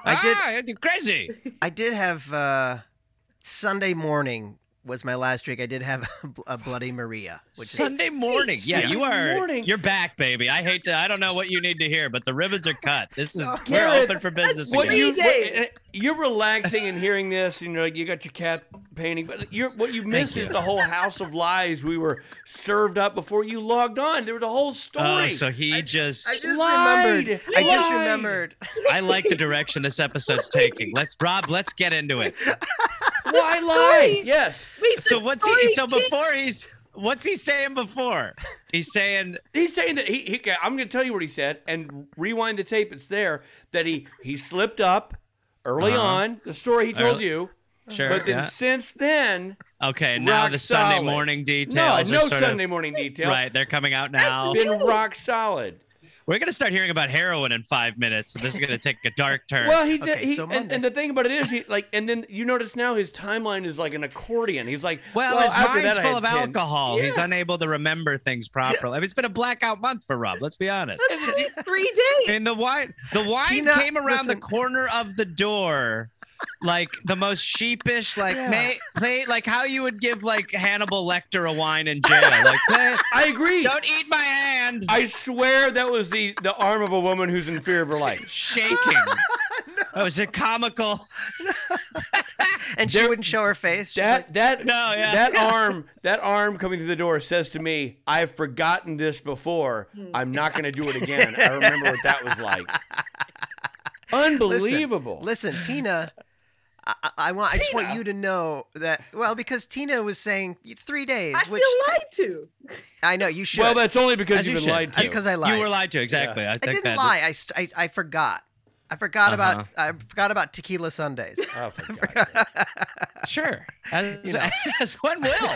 [SPEAKER 1] I did-
[SPEAKER 4] Ah, you're crazy.
[SPEAKER 1] I did have uh, Sunday morning was my last drink. I did have a, bl- a Bloody Maria, which is
[SPEAKER 4] Sunday morning. Yeah,
[SPEAKER 2] Yeah.
[SPEAKER 4] you are.
[SPEAKER 2] Morning.
[SPEAKER 4] You're back, baby. I hate to. I don't know what you need to hear, but the ribbons are cut. This is we're
[SPEAKER 2] Gareth,
[SPEAKER 4] open for business
[SPEAKER 2] What
[SPEAKER 4] again.
[SPEAKER 2] you
[SPEAKER 3] Three
[SPEAKER 2] what, eh,
[SPEAKER 3] days.
[SPEAKER 2] you're relaxing and hearing this, and you're like you got your cat painting, but you're, what you missed is the whole house of lies we were served up before you logged on. There was a whole story.
[SPEAKER 4] Oh, so he just.
[SPEAKER 1] I just
[SPEAKER 2] Lied!
[SPEAKER 1] remembered. I just
[SPEAKER 2] Lied!
[SPEAKER 1] remembered.
[SPEAKER 4] I like the direction this episode's taking. Let's, Rob. Let's get into it.
[SPEAKER 2] Why lie?
[SPEAKER 3] Right.
[SPEAKER 2] Yes,
[SPEAKER 3] Wait,
[SPEAKER 4] So
[SPEAKER 3] the
[SPEAKER 4] what's he?
[SPEAKER 3] story
[SPEAKER 4] So
[SPEAKER 3] came-
[SPEAKER 4] before he's. What's he saying before? He's saying
[SPEAKER 2] he's saying that he. he okay, I'm going to tell you what he said, and rewind the tape. It's there that he he slipped up early
[SPEAKER 4] Uh-huh.
[SPEAKER 2] on the story he told
[SPEAKER 4] Early-
[SPEAKER 2] you,
[SPEAKER 4] sure.
[SPEAKER 2] but then
[SPEAKER 4] yeah.
[SPEAKER 2] since then,
[SPEAKER 4] Okay, now
[SPEAKER 2] rock
[SPEAKER 4] the Sunday
[SPEAKER 2] solid.
[SPEAKER 4] morning details
[SPEAKER 2] no,
[SPEAKER 4] are
[SPEAKER 2] no
[SPEAKER 4] sort
[SPEAKER 2] Sunday
[SPEAKER 4] of
[SPEAKER 2] morning details.
[SPEAKER 4] right. They're coming out now.
[SPEAKER 2] been rock solid.
[SPEAKER 4] we're gonna start hearing about heroin in five minutes, and this is gonna take a dark turn.
[SPEAKER 2] Well, he,
[SPEAKER 1] Okay,
[SPEAKER 2] did. he
[SPEAKER 1] so
[SPEAKER 2] and,
[SPEAKER 1] Monday.
[SPEAKER 2] and the thing about it is, he like, and then you notice now his timeline is like an accordion. He's like,
[SPEAKER 4] Well, his
[SPEAKER 2] after
[SPEAKER 4] mind's
[SPEAKER 2] that I
[SPEAKER 4] full of
[SPEAKER 2] had 10.
[SPEAKER 4] alcohol. He's
[SPEAKER 2] Yeah.
[SPEAKER 4] unable to remember things properly. I mean, it's been a blackout month for Rob. Let's be honest.
[SPEAKER 3] It's three days.
[SPEAKER 4] And the wine, the wine
[SPEAKER 1] Tina,
[SPEAKER 4] came around the
[SPEAKER 1] listen.
[SPEAKER 4] corner of the door, like the most sheepish, like
[SPEAKER 1] Yeah.
[SPEAKER 4] may, play, like how you would give like Hannibal Lecter a wine in jail, like "Hey,
[SPEAKER 2] I agree.
[SPEAKER 4] don't eat my hand,
[SPEAKER 2] I swear that was the the arm of a woman who's in fear of her life.
[SPEAKER 4] shaking. Oh, It was a comical.
[SPEAKER 1] and she wouldn't show her face. She's like,
[SPEAKER 2] That that
[SPEAKER 4] No, yeah.
[SPEAKER 2] that arm that arm coming through the door says to me, "I've forgotten this before. I'm not going to do it again. I remember what that was like." Unbelievable.
[SPEAKER 1] Listen, Tina, I, I- I want. I just want
[SPEAKER 2] Tina?
[SPEAKER 1] you to know that. Well, because Tina was saying three days,
[SPEAKER 3] I
[SPEAKER 1] which
[SPEAKER 3] feel lied to.
[SPEAKER 1] I know you should.
[SPEAKER 2] well, that's only because
[SPEAKER 4] As
[SPEAKER 2] you've been
[SPEAKER 4] you should.
[SPEAKER 2] lied to.
[SPEAKER 1] that's because I lied.
[SPEAKER 4] You were lied to exactly. I,
[SPEAKER 1] I
[SPEAKER 4] think
[SPEAKER 1] didn't
[SPEAKER 4] that-
[SPEAKER 1] lie. I, st- I I forgot. I forgot about I forgot about tequila Sundays.
[SPEAKER 2] Oh, for God's sake.
[SPEAKER 4] Sure, as,
[SPEAKER 1] You know.
[SPEAKER 4] as one will.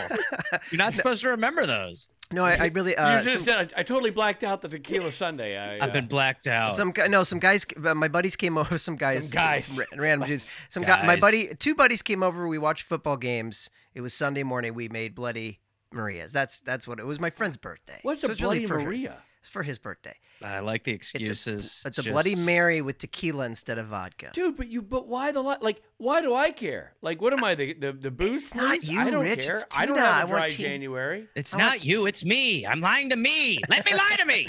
[SPEAKER 4] You're not supposed to remember those.
[SPEAKER 1] No, I, I really uh,
[SPEAKER 2] you should have
[SPEAKER 1] some,
[SPEAKER 2] said, I, I totally blacked out the tequila Sunday. I, uh,
[SPEAKER 4] I've been blacked out.
[SPEAKER 1] some guy no some guys uh, my buddies came over some guys
[SPEAKER 2] Some guys.
[SPEAKER 1] some ra- random dudes some guy my
[SPEAKER 4] Guys.
[SPEAKER 1] buddy two buddies came over we watched football games it was Sunday morning we made bloody Maria's that's that's what it was my friend's birthday
[SPEAKER 2] What's
[SPEAKER 1] So
[SPEAKER 2] a
[SPEAKER 1] it's really
[SPEAKER 2] bloody
[SPEAKER 1] for his-
[SPEAKER 2] Maria?
[SPEAKER 1] it's for his birthday
[SPEAKER 4] I like the
[SPEAKER 1] It's a-
[SPEAKER 4] excuses.
[SPEAKER 1] It's, a Bloody
[SPEAKER 4] just-
[SPEAKER 1] Mary with tequila instead of vodka.
[SPEAKER 2] Dude, but you, but why the li- like? Why do I care? Like, what am I the the, the booze?
[SPEAKER 1] It's not
[SPEAKER 2] priest?
[SPEAKER 1] you,
[SPEAKER 2] I don't
[SPEAKER 1] Rich,
[SPEAKER 2] care.
[SPEAKER 1] it's
[SPEAKER 2] I don't
[SPEAKER 1] Tina. I
[SPEAKER 2] have a
[SPEAKER 1] want
[SPEAKER 2] dry
[SPEAKER 1] Tina.
[SPEAKER 2] January.
[SPEAKER 4] It's
[SPEAKER 1] I
[SPEAKER 4] not you, it's me. I'm lying to me. Let me lie to me.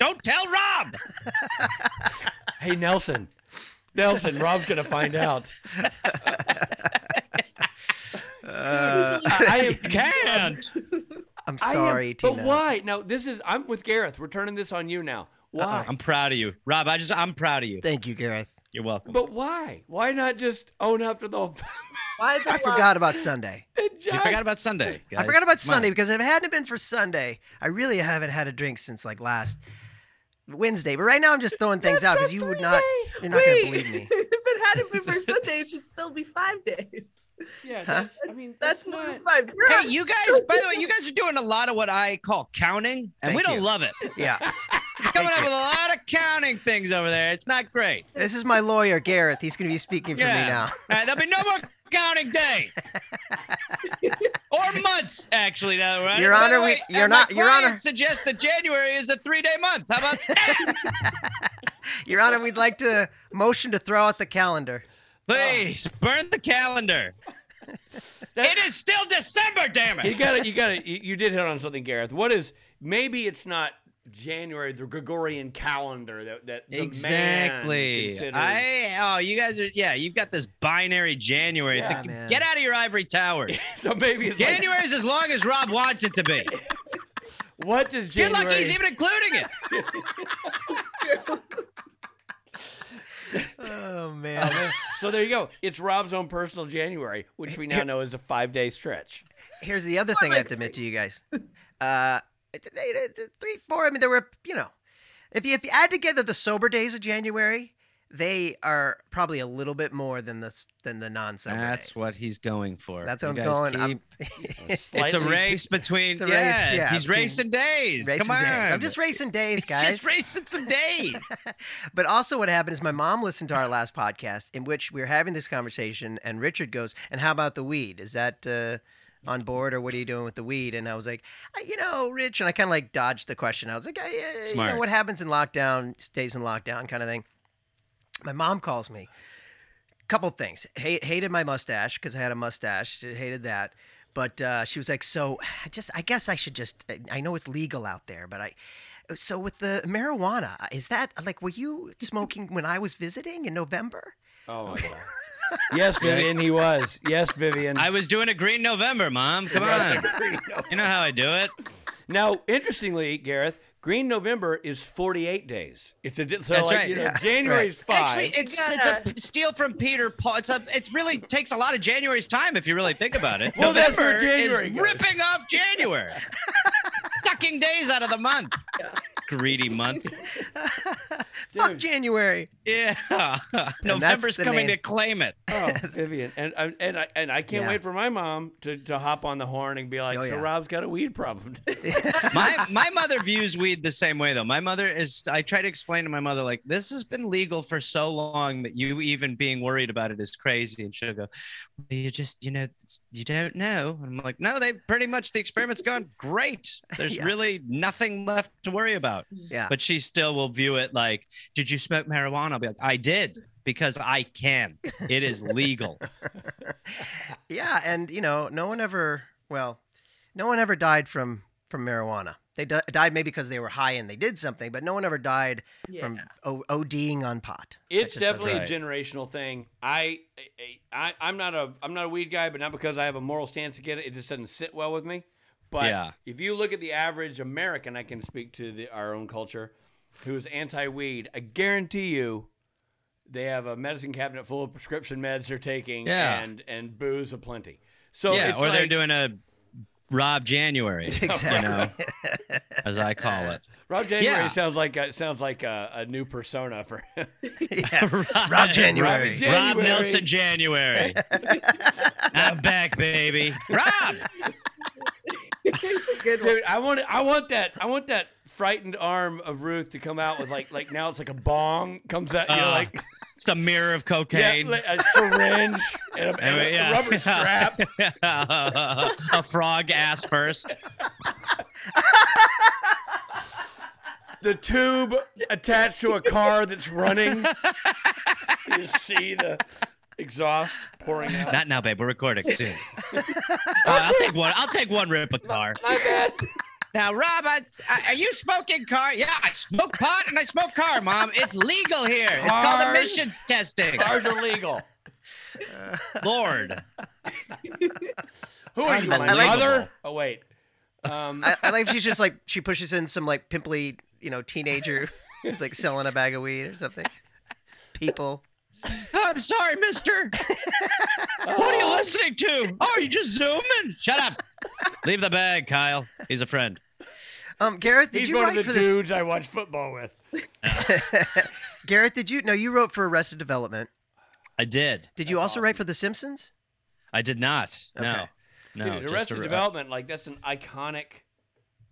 [SPEAKER 4] Don't tell Rob.
[SPEAKER 2] Hey Nelson, Nelson, Rob's gonna find out.
[SPEAKER 1] Uh,
[SPEAKER 2] I, I am.
[SPEAKER 4] Can't.
[SPEAKER 1] I'm
[SPEAKER 2] I am-
[SPEAKER 1] sorry, Tina.
[SPEAKER 2] But why? No, this is. I'm with Gareth. We're turning this on you now.
[SPEAKER 1] Uh-uh.
[SPEAKER 2] Why?
[SPEAKER 4] I'm proud of you, Rob. I just I'm proud of you.
[SPEAKER 1] Thank you, Gareth.
[SPEAKER 4] You're welcome.
[SPEAKER 2] But why? Why not just own up to the? whole-
[SPEAKER 3] Why the
[SPEAKER 1] I forgot about Sunday.
[SPEAKER 4] You forgot about Sunday.
[SPEAKER 1] I
[SPEAKER 4] guys.
[SPEAKER 1] forgot about
[SPEAKER 4] Come
[SPEAKER 1] Sunday
[SPEAKER 4] on.
[SPEAKER 1] because if it hadn't been for Sunday, I really haven't had a drink since like last Wednesday. But right now, I'm just throwing things out because you would not, you're not
[SPEAKER 3] Wait.
[SPEAKER 1] going to believe me.
[SPEAKER 3] if it hadn't been for Sunday, it should still be five days.
[SPEAKER 2] Yeah, that's, I mean
[SPEAKER 3] That's more
[SPEAKER 2] not.
[SPEAKER 3] than five. You're
[SPEAKER 4] Hey,
[SPEAKER 3] on-
[SPEAKER 4] you guys, by the way, you guys are doing a lot of what I call counting, and we
[SPEAKER 1] Thank
[SPEAKER 4] don't
[SPEAKER 1] you.
[SPEAKER 4] love it.
[SPEAKER 1] Yeah,
[SPEAKER 4] You're coming up with a lot of counting things over there. It's not great.
[SPEAKER 1] this is my lawyer, Gareth. He's going to be speaking for
[SPEAKER 4] Yeah.
[SPEAKER 1] me now.
[SPEAKER 4] All right, there'll be no more counting days. or months, actually. Now, that we're at it.
[SPEAKER 1] Your
[SPEAKER 4] By the
[SPEAKER 1] Honor, we-
[SPEAKER 4] way,
[SPEAKER 1] Your
[SPEAKER 4] and my
[SPEAKER 1] Hon- Your Honor-
[SPEAKER 4] client suggests that January is a three-day month. How about that?
[SPEAKER 1] Your Honor, we'd like to motion to throw out the calendar.
[SPEAKER 4] Please burn the calendar. it is still December, damn
[SPEAKER 2] You
[SPEAKER 4] it.
[SPEAKER 2] gotta, you gotta, you, you did hit on something, Gareth. What is? Maybe it's not January, the Gregorian calendar that that the man considers.
[SPEAKER 4] I oh, you guys are yeah. You've got this binary January.
[SPEAKER 2] Yeah,
[SPEAKER 4] thing.
[SPEAKER 1] man.
[SPEAKER 4] Get out of your ivory tower.
[SPEAKER 2] so maybe it's like,
[SPEAKER 4] January is as long as Rob wants it to be.
[SPEAKER 2] what does
[SPEAKER 4] You're
[SPEAKER 2] January?
[SPEAKER 4] lucky he's even including it.
[SPEAKER 1] Oh man.
[SPEAKER 2] So there you go. It's Rob's own personal January, which we now know is a five-day stretch.
[SPEAKER 1] Here's the other thing I have to admit to you guys. Uh, it- it- it- it- three, four. I mean, there were, you know, if you if you add together the sober days of January, they are probably a little bit more than the s- than the non-sober. days.
[SPEAKER 4] he's going for.
[SPEAKER 1] That's what I'm going. I'm
[SPEAKER 4] It's a
[SPEAKER 2] Slightly-
[SPEAKER 4] race between.
[SPEAKER 1] It's a race,
[SPEAKER 4] yeah,
[SPEAKER 1] yeah,
[SPEAKER 4] he's
[SPEAKER 1] between-
[SPEAKER 4] racing days.
[SPEAKER 1] racing
[SPEAKER 4] Come on,
[SPEAKER 1] days. I'm just racing days,
[SPEAKER 4] He's
[SPEAKER 1] guys.
[SPEAKER 4] just racing some days.
[SPEAKER 1] But also, what happened is my mom listened to our last podcast in which we were having this conversation, and Richard goes, "And how about the weed? Is that uh, on board, or what are you doing with the weed?" And I was like, "Uh, "You know, Rich," and I kind of like dodged the question. I was like, I, uh, "You know,
[SPEAKER 4] Smart.
[SPEAKER 1] what happens in lockdown stays in lockdown, kind of thing." My mom calls me. Couple things. Hate, hated my mustache because I had a mustache. She Hated that. But uh, she was like, "So, I just I guess I should just. I know it's legal out there, but I." uh, So with the marijuana, uh, is that like were you smoking when I was visiting in November?
[SPEAKER 2] Oh my god. Yes, Vivian, he was. Yes, Vivian.
[SPEAKER 4] I was doing a green November, mom. Come on, you know how I do it.
[SPEAKER 2] Now, interestingly, Gareth, Green November is 48 days. It's a di- so
[SPEAKER 4] That's
[SPEAKER 2] like,
[SPEAKER 4] right.
[SPEAKER 2] you know,
[SPEAKER 1] Yeah.
[SPEAKER 2] January is five.
[SPEAKER 4] Actually, it's
[SPEAKER 3] Yeah.
[SPEAKER 4] it's a steal from Peter Paul. It's a it really takes a lot of January's time if you really think about it.
[SPEAKER 2] Well, that's where
[SPEAKER 4] November
[SPEAKER 2] January
[SPEAKER 4] is
[SPEAKER 2] goes.
[SPEAKER 4] ripping off January, sucking days out of the month. greedy month.
[SPEAKER 1] Fuck
[SPEAKER 2] Dude.
[SPEAKER 1] January.
[SPEAKER 4] Yeah, November's
[SPEAKER 1] the
[SPEAKER 4] coming
[SPEAKER 1] name.
[SPEAKER 4] to claim it.
[SPEAKER 2] Oh, Vivian, and I- and I, and I can't
[SPEAKER 1] Yeah.
[SPEAKER 2] wait for my mom to, to hop on the horn and be like,
[SPEAKER 1] Oh,
[SPEAKER 2] "So
[SPEAKER 1] yeah.
[SPEAKER 2] Rob's got a weed problem."
[SPEAKER 4] my my mother views weed the same way though. My mother is I try to explain to my mother like this has been legal for so long that you even being worried about it is crazy and she'll go, "Well, you just you know it's- you don't know. And I'm like, no, they pretty much the experiment's gone great. There's
[SPEAKER 1] Yeah.
[SPEAKER 4] really nothing left to worry about.
[SPEAKER 1] Yeah.
[SPEAKER 4] But she still will view it like, did you smoke marijuana? I'll be like, I did because I can. It is legal.
[SPEAKER 1] yeah, and you know, no one ever. Well, no one ever died from from marijuana. They di- died maybe because they were high and they did something, but no one ever died from o- ODing on pot. That
[SPEAKER 2] It's
[SPEAKER 1] just
[SPEAKER 2] definitely
[SPEAKER 4] right.
[SPEAKER 2] a generational thing. I, I, I, am not a, I'm not a weed guy, but not because I have a moral stance against it. It just doesn't sit well with me. But
[SPEAKER 4] Yeah.
[SPEAKER 2] if you look at the average American, I can speak to the, our own culture, who is anti-weed. I guarantee you, they have a medicine cabinet full of prescription meds they're taking,
[SPEAKER 4] Yeah.
[SPEAKER 2] and and booze aplenty. So
[SPEAKER 4] yeah.
[SPEAKER 2] it's
[SPEAKER 4] Or they're
[SPEAKER 2] like-
[SPEAKER 4] doing a Rob January,
[SPEAKER 1] doesn't- exactly.
[SPEAKER 4] as I call it.
[SPEAKER 2] Rob January
[SPEAKER 4] Yeah.
[SPEAKER 2] sounds like a, sounds like a, a new persona for him.
[SPEAKER 1] yeah.
[SPEAKER 4] Rob,
[SPEAKER 1] Rob January.
[SPEAKER 2] January.
[SPEAKER 4] Rob Nelson January. I'm back, baby. Rob.
[SPEAKER 3] Good one.
[SPEAKER 2] Dude, I want I want that I want that frightened arm of Ruth to come out with like like now it's like a bong comes out you know
[SPEAKER 4] Uh,
[SPEAKER 2] like
[SPEAKER 4] Just a mirror of
[SPEAKER 2] yeah,
[SPEAKER 4] cocaine.
[SPEAKER 2] like a syringe and a, and a
[SPEAKER 4] Yeah.
[SPEAKER 2] rubber strap.
[SPEAKER 4] a frog ass first.
[SPEAKER 2] The tube attached to a car that's running. you see the exhaust pouring out.
[SPEAKER 4] Not now, babe. We're recording soon. Uh, I'll take one. I'll take one rip of car.
[SPEAKER 2] My bad.
[SPEAKER 4] Now, Rob, I, I- are you smoking car? Yeah, I smoke pot and I smoke car, Mom. It's legal here. It's called
[SPEAKER 2] Cars.
[SPEAKER 4] emissions testing.
[SPEAKER 2] Cars are legal.
[SPEAKER 4] Lord.
[SPEAKER 2] Who are you, my
[SPEAKER 1] Unbelievable.
[SPEAKER 2] mother? Oh wait. Um,
[SPEAKER 1] I, I like she's just like she pushes in some like pimply you know teenager who's like selling a bag of weed or something. People.
[SPEAKER 4] I'm sorry, mister. What are you listening to? Oh, are you just zooming? Shut up. Leave the bag, Kyle. He's a friend.
[SPEAKER 1] Um, Garrett, did
[SPEAKER 2] he's
[SPEAKER 1] you
[SPEAKER 2] one
[SPEAKER 1] write
[SPEAKER 2] of the
[SPEAKER 1] for
[SPEAKER 2] dudes I watch football with.
[SPEAKER 1] this? Garrett, did you? No, you wrote for Arrested Development.
[SPEAKER 4] I did.
[SPEAKER 1] Did you also write for The Simpsons?
[SPEAKER 4] I did not. No.
[SPEAKER 1] Okay.
[SPEAKER 4] No.
[SPEAKER 2] Dude,
[SPEAKER 4] just
[SPEAKER 2] Arrested
[SPEAKER 4] a- uh,
[SPEAKER 2] Development, like that's an iconic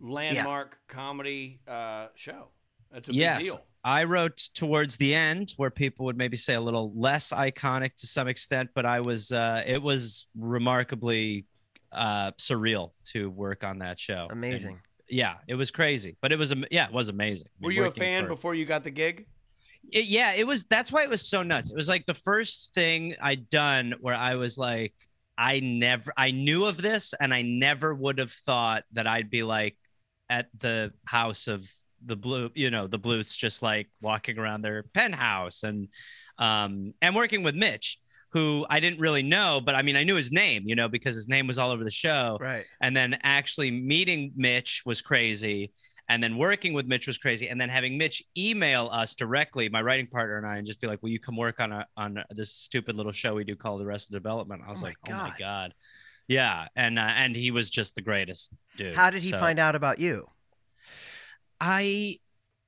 [SPEAKER 2] landmark comedy uh, show. That's a
[SPEAKER 4] Yes.
[SPEAKER 2] big deal.
[SPEAKER 4] I wrote towards the end where people would maybe say a little less iconic to some extent, but I was uh it was remarkably uh surreal to work on that show. And
[SPEAKER 1] Amazing.
[SPEAKER 4] yeah, it was crazy, but it was am- yeah, it was amazing. I mean,
[SPEAKER 2] Were you a
[SPEAKER 4] working
[SPEAKER 2] fan
[SPEAKER 4] for-
[SPEAKER 2] before you got the gig?
[SPEAKER 4] it, yeah, it was. That's why it was so nuts. It was like the first thing I'd done where I was like, I never, I knew of this, and I never would have thought that I'd be like at the house of the blue, you know, the Bluths, just like walking around their penthouse and um and working with Mitch, who I didn't really know, but I mean, I knew his name, you know, because his name was all over the show
[SPEAKER 1] Right.
[SPEAKER 4] and then actually meeting Mitch was crazy, and then working with Mitch was crazy, and then having Mitch email us directly, my writing partner and I, and just be like, "Will you come work on a on this stupid little show we do called The Rest of Development?" I was
[SPEAKER 1] my
[SPEAKER 4] like, "Oh my
[SPEAKER 1] God.
[SPEAKER 4] god." Yeah, and uh, and he was just the greatest dude.
[SPEAKER 1] How did he
[SPEAKER 4] So-
[SPEAKER 1] find out about you?
[SPEAKER 4] I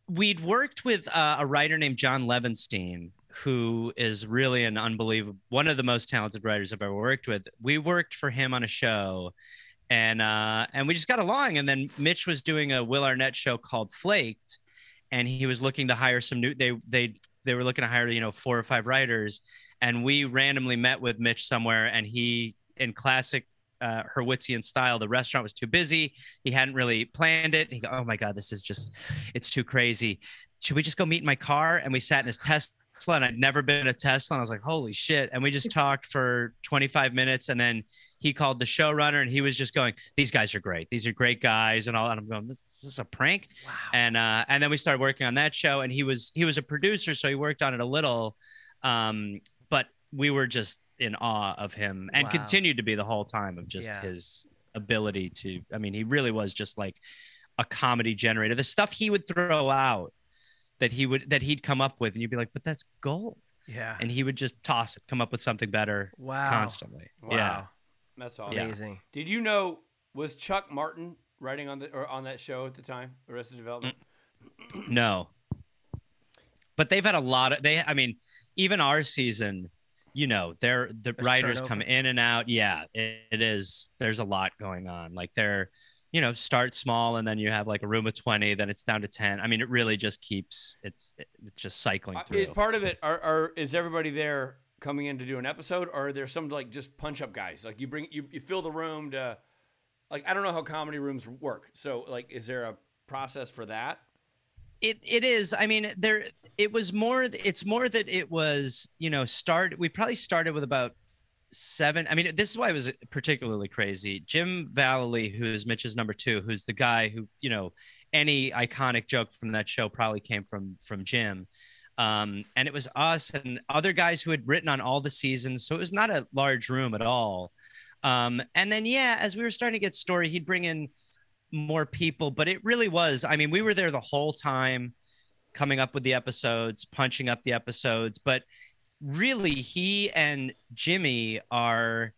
[SPEAKER 4] we'd worked with uh, a writer named John Levinstein, who is really an unbelievable one of the most talented writers I've ever worked with. We worked for him on a show, and uh, and we just got along. And then Mitch was doing a Will Arnett show called Flaked, and he was looking to hire some new. They they they were looking to hire you know four or five writers, and we randomly met with Mitch somewhere, and he in classic. Uh, Hurwitzian style. The restaurant was too busy. He hadn't really planned it. He go, "Oh my god, this is just it's too crazy. Should we just go meet in my car? And we sat in his Tesla, and I'd never been in a Tesla. And I was like, holy shit. And we just talked for 25 minutes. And then he called the showrunner and he was just going, these guys are great. These are great guys. And all. And I'm going, this, this is a prank.
[SPEAKER 1] Wow.
[SPEAKER 4] And uh, and then we started working on that show. And he was he was a producer, so he worked on it a little. Um, but we were just in awe of him and
[SPEAKER 1] Wow.
[SPEAKER 4] continued to be the whole time of just
[SPEAKER 1] Yeah.
[SPEAKER 4] his ability to. I mean, he really was just like a comedy generator. The stuff he would throw out that he would that he'd come up with, and you'd be like, "But that's gold."
[SPEAKER 1] yeah.
[SPEAKER 4] And he would just toss it, come up with something better
[SPEAKER 1] Wow.
[SPEAKER 4] constantly.
[SPEAKER 1] Wow.
[SPEAKER 4] Yeah.
[SPEAKER 2] That's awesome.
[SPEAKER 4] Yeah.
[SPEAKER 1] Amazing.
[SPEAKER 2] Did
[SPEAKER 4] Mm,
[SPEAKER 2] you know was Chuck Martin writing on the or on that show at the time, Arrested Development?
[SPEAKER 4] No. But they've had a lot of they I mean, even our season, you know, they're the
[SPEAKER 1] There's
[SPEAKER 4] writers
[SPEAKER 1] turnover.
[SPEAKER 4] come in and out. Yeah, it, it is there's a lot going on. Like they're, you know, start small and then you have like a room of 20, then it's down to 10. I mean, it really just keeps it's it's just cycling
[SPEAKER 2] Uh,
[SPEAKER 4] through.
[SPEAKER 2] Is part of it are, are is everybody there coming in to do an episode, or are there some like just punch up guys? Like you bring you, you fill the room to, like I don't know how comedy rooms work. So like, is there a process for that?
[SPEAKER 4] it it is i mean there it was more it's more that it was you know start we probably started with about seven i mean this is why it was particularly crazy jim valley who's mitch's number two who's the guy who you know any iconic joke from that show probably came from from jim um, and it was us and other guys who had written on all the seasons so it was not a large room at all um, and then yeah as we were starting to get story he'd bring in more people, but it really was. I mean, we were there the whole time, coming up with the episodes, punching up the episodes, but really, he and Jimmy are,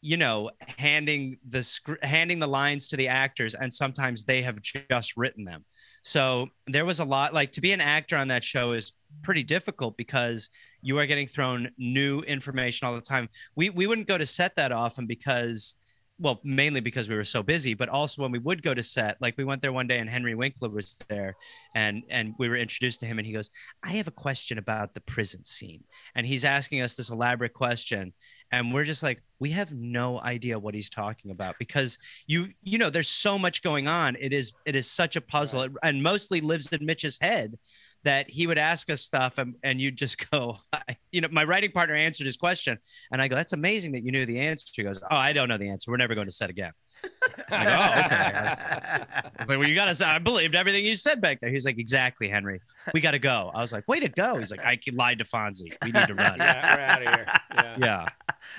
[SPEAKER 4] you know, handing the script, handing the lines to the actors, and sometimes they have just written them. So there was a lot. Like to be an actor on that show is pretty difficult because you are getting thrown new information all the time. We we wouldn't go to set that often because well, mainly because we were so busy, but also when we would go to set, like we went there one day and Henry Winkler was there and and we were introduced to him and he goes, "I have a question about the prison scene." And he's asking us this elaborate question and we're just like, "We have no idea what he's talking about because you you know, there's so much going on. It is it is such a puzzle It- and mostly lives in Mitch's head that he would ask us stuff and, and you'd just go, I, you know, my writing partner answered his question and I go, that's amazing that you knew the answer. She goes, oh, I don't know the answer. We're never going to set again. I go, oh, okay. I was like, well, you got to, I believed everything you said back there. He's like, exactly, Henry. We got to go. I was like, way to go. He's like, I lied to Fonzie. We need to run.
[SPEAKER 2] Yeah, we're out of here. Yeah.
[SPEAKER 4] yeah.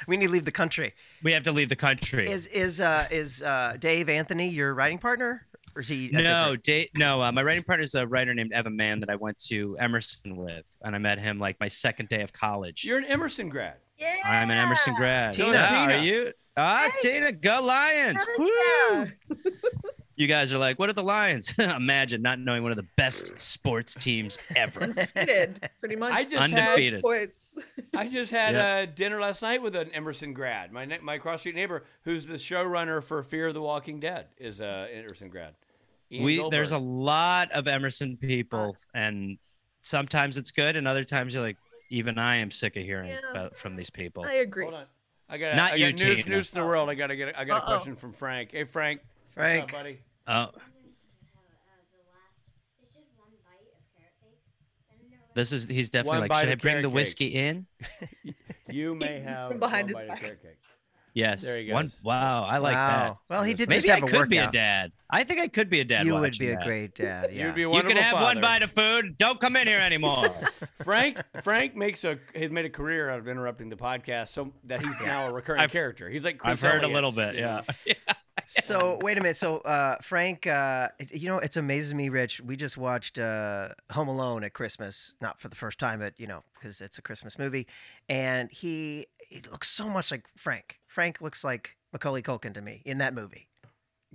[SPEAKER 1] we need to leave the country.
[SPEAKER 4] We have to leave the country.
[SPEAKER 1] Is is uh, is uh, Dave Anthony your writing partner, or is he? a
[SPEAKER 4] no,
[SPEAKER 1] different-
[SPEAKER 4] da- no. Uh, my writing partner is a writer named Evan Mann that I went to Emerson with, and I met him like my second day of college.
[SPEAKER 2] You're an Emerson grad.
[SPEAKER 5] Yeah.
[SPEAKER 4] I'm an Emerson grad.
[SPEAKER 1] Tina.
[SPEAKER 4] Yeah,
[SPEAKER 2] Tina.
[SPEAKER 4] are you? Ah, Tina, go Lions!
[SPEAKER 5] Heck
[SPEAKER 4] Woo!
[SPEAKER 5] yeah.
[SPEAKER 4] You guys are like, what are the Lions? Imagine not knowing one of the best sports teams ever.
[SPEAKER 3] Undefeated, pretty much.
[SPEAKER 2] I just had
[SPEAKER 4] Undefeated.
[SPEAKER 3] Sports.
[SPEAKER 2] I just had uh, dinner last night with an Emerson grad. My ne- my cross street neighbor, who's the showrunner for Fear of the Walking Dead, is a Emerson grad. Ian
[SPEAKER 4] We
[SPEAKER 2] Goldberg.
[SPEAKER 4] there's a lot of Emerson people, and sometimes it's good, and other times you're like, even I am sick of hearing
[SPEAKER 3] Yeah.
[SPEAKER 4] about from these people.
[SPEAKER 3] I agree.
[SPEAKER 2] Hold on. I got
[SPEAKER 4] Not
[SPEAKER 2] I
[SPEAKER 4] you,
[SPEAKER 2] got news,
[SPEAKER 4] Tina.
[SPEAKER 2] news in the world. I gotta get. a- I got a
[SPEAKER 3] Uh-oh.
[SPEAKER 2] question from Frank. Hey, Frank. What's up,
[SPEAKER 1] Frank.
[SPEAKER 2] buddy.
[SPEAKER 4] Oh, this is he's
[SPEAKER 2] One
[SPEAKER 4] definitely
[SPEAKER 2] bite
[SPEAKER 4] like, should
[SPEAKER 2] of
[SPEAKER 4] I bring the
[SPEAKER 2] carrot
[SPEAKER 4] whiskey in?
[SPEAKER 2] You may have
[SPEAKER 3] From
[SPEAKER 2] one
[SPEAKER 3] behind his
[SPEAKER 2] bite of
[SPEAKER 3] back.
[SPEAKER 2] carrot cake.
[SPEAKER 4] Yes.
[SPEAKER 2] There he
[SPEAKER 4] One.
[SPEAKER 2] goes.
[SPEAKER 4] Wow, I like
[SPEAKER 1] wow.
[SPEAKER 4] that.
[SPEAKER 1] Well, he did just
[SPEAKER 4] Maybe I
[SPEAKER 1] have
[SPEAKER 4] could
[SPEAKER 1] a workout.
[SPEAKER 4] be a dad. I think I could be a dad.
[SPEAKER 1] you would
[SPEAKER 4] watching
[SPEAKER 1] be a
[SPEAKER 4] that.
[SPEAKER 1] great dad. Yeah.
[SPEAKER 2] You'd be a
[SPEAKER 4] You
[SPEAKER 2] wonderful
[SPEAKER 4] can have
[SPEAKER 2] father.
[SPEAKER 4] one bite of food. Don't come in here anymore.
[SPEAKER 2] Frank Frank makes a has made a career out of interrupting the podcast, so that he's now a recurring
[SPEAKER 4] I've-
[SPEAKER 2] character. He's like
[SPEAKER 4] I've
[SPEAKER 2] Chris
[SPEAKER 4] heard a
[SPEAKER 2] Elliott,
[SPEAKER 4] little bit.
[SPEAKER 2] you know?
[SPEAKER 4] Yeah.
[SPEAKER 1] so wait a minute. So uh, Frank, uh, it- you know, it's amazes me, Rich. We just watched uh, Home Alone at Christmas, not for the first time, but you know, because it's a Christmas movie, and he he looks so much like Frank. Frank looks like Macaulay Culkin to me in that movie.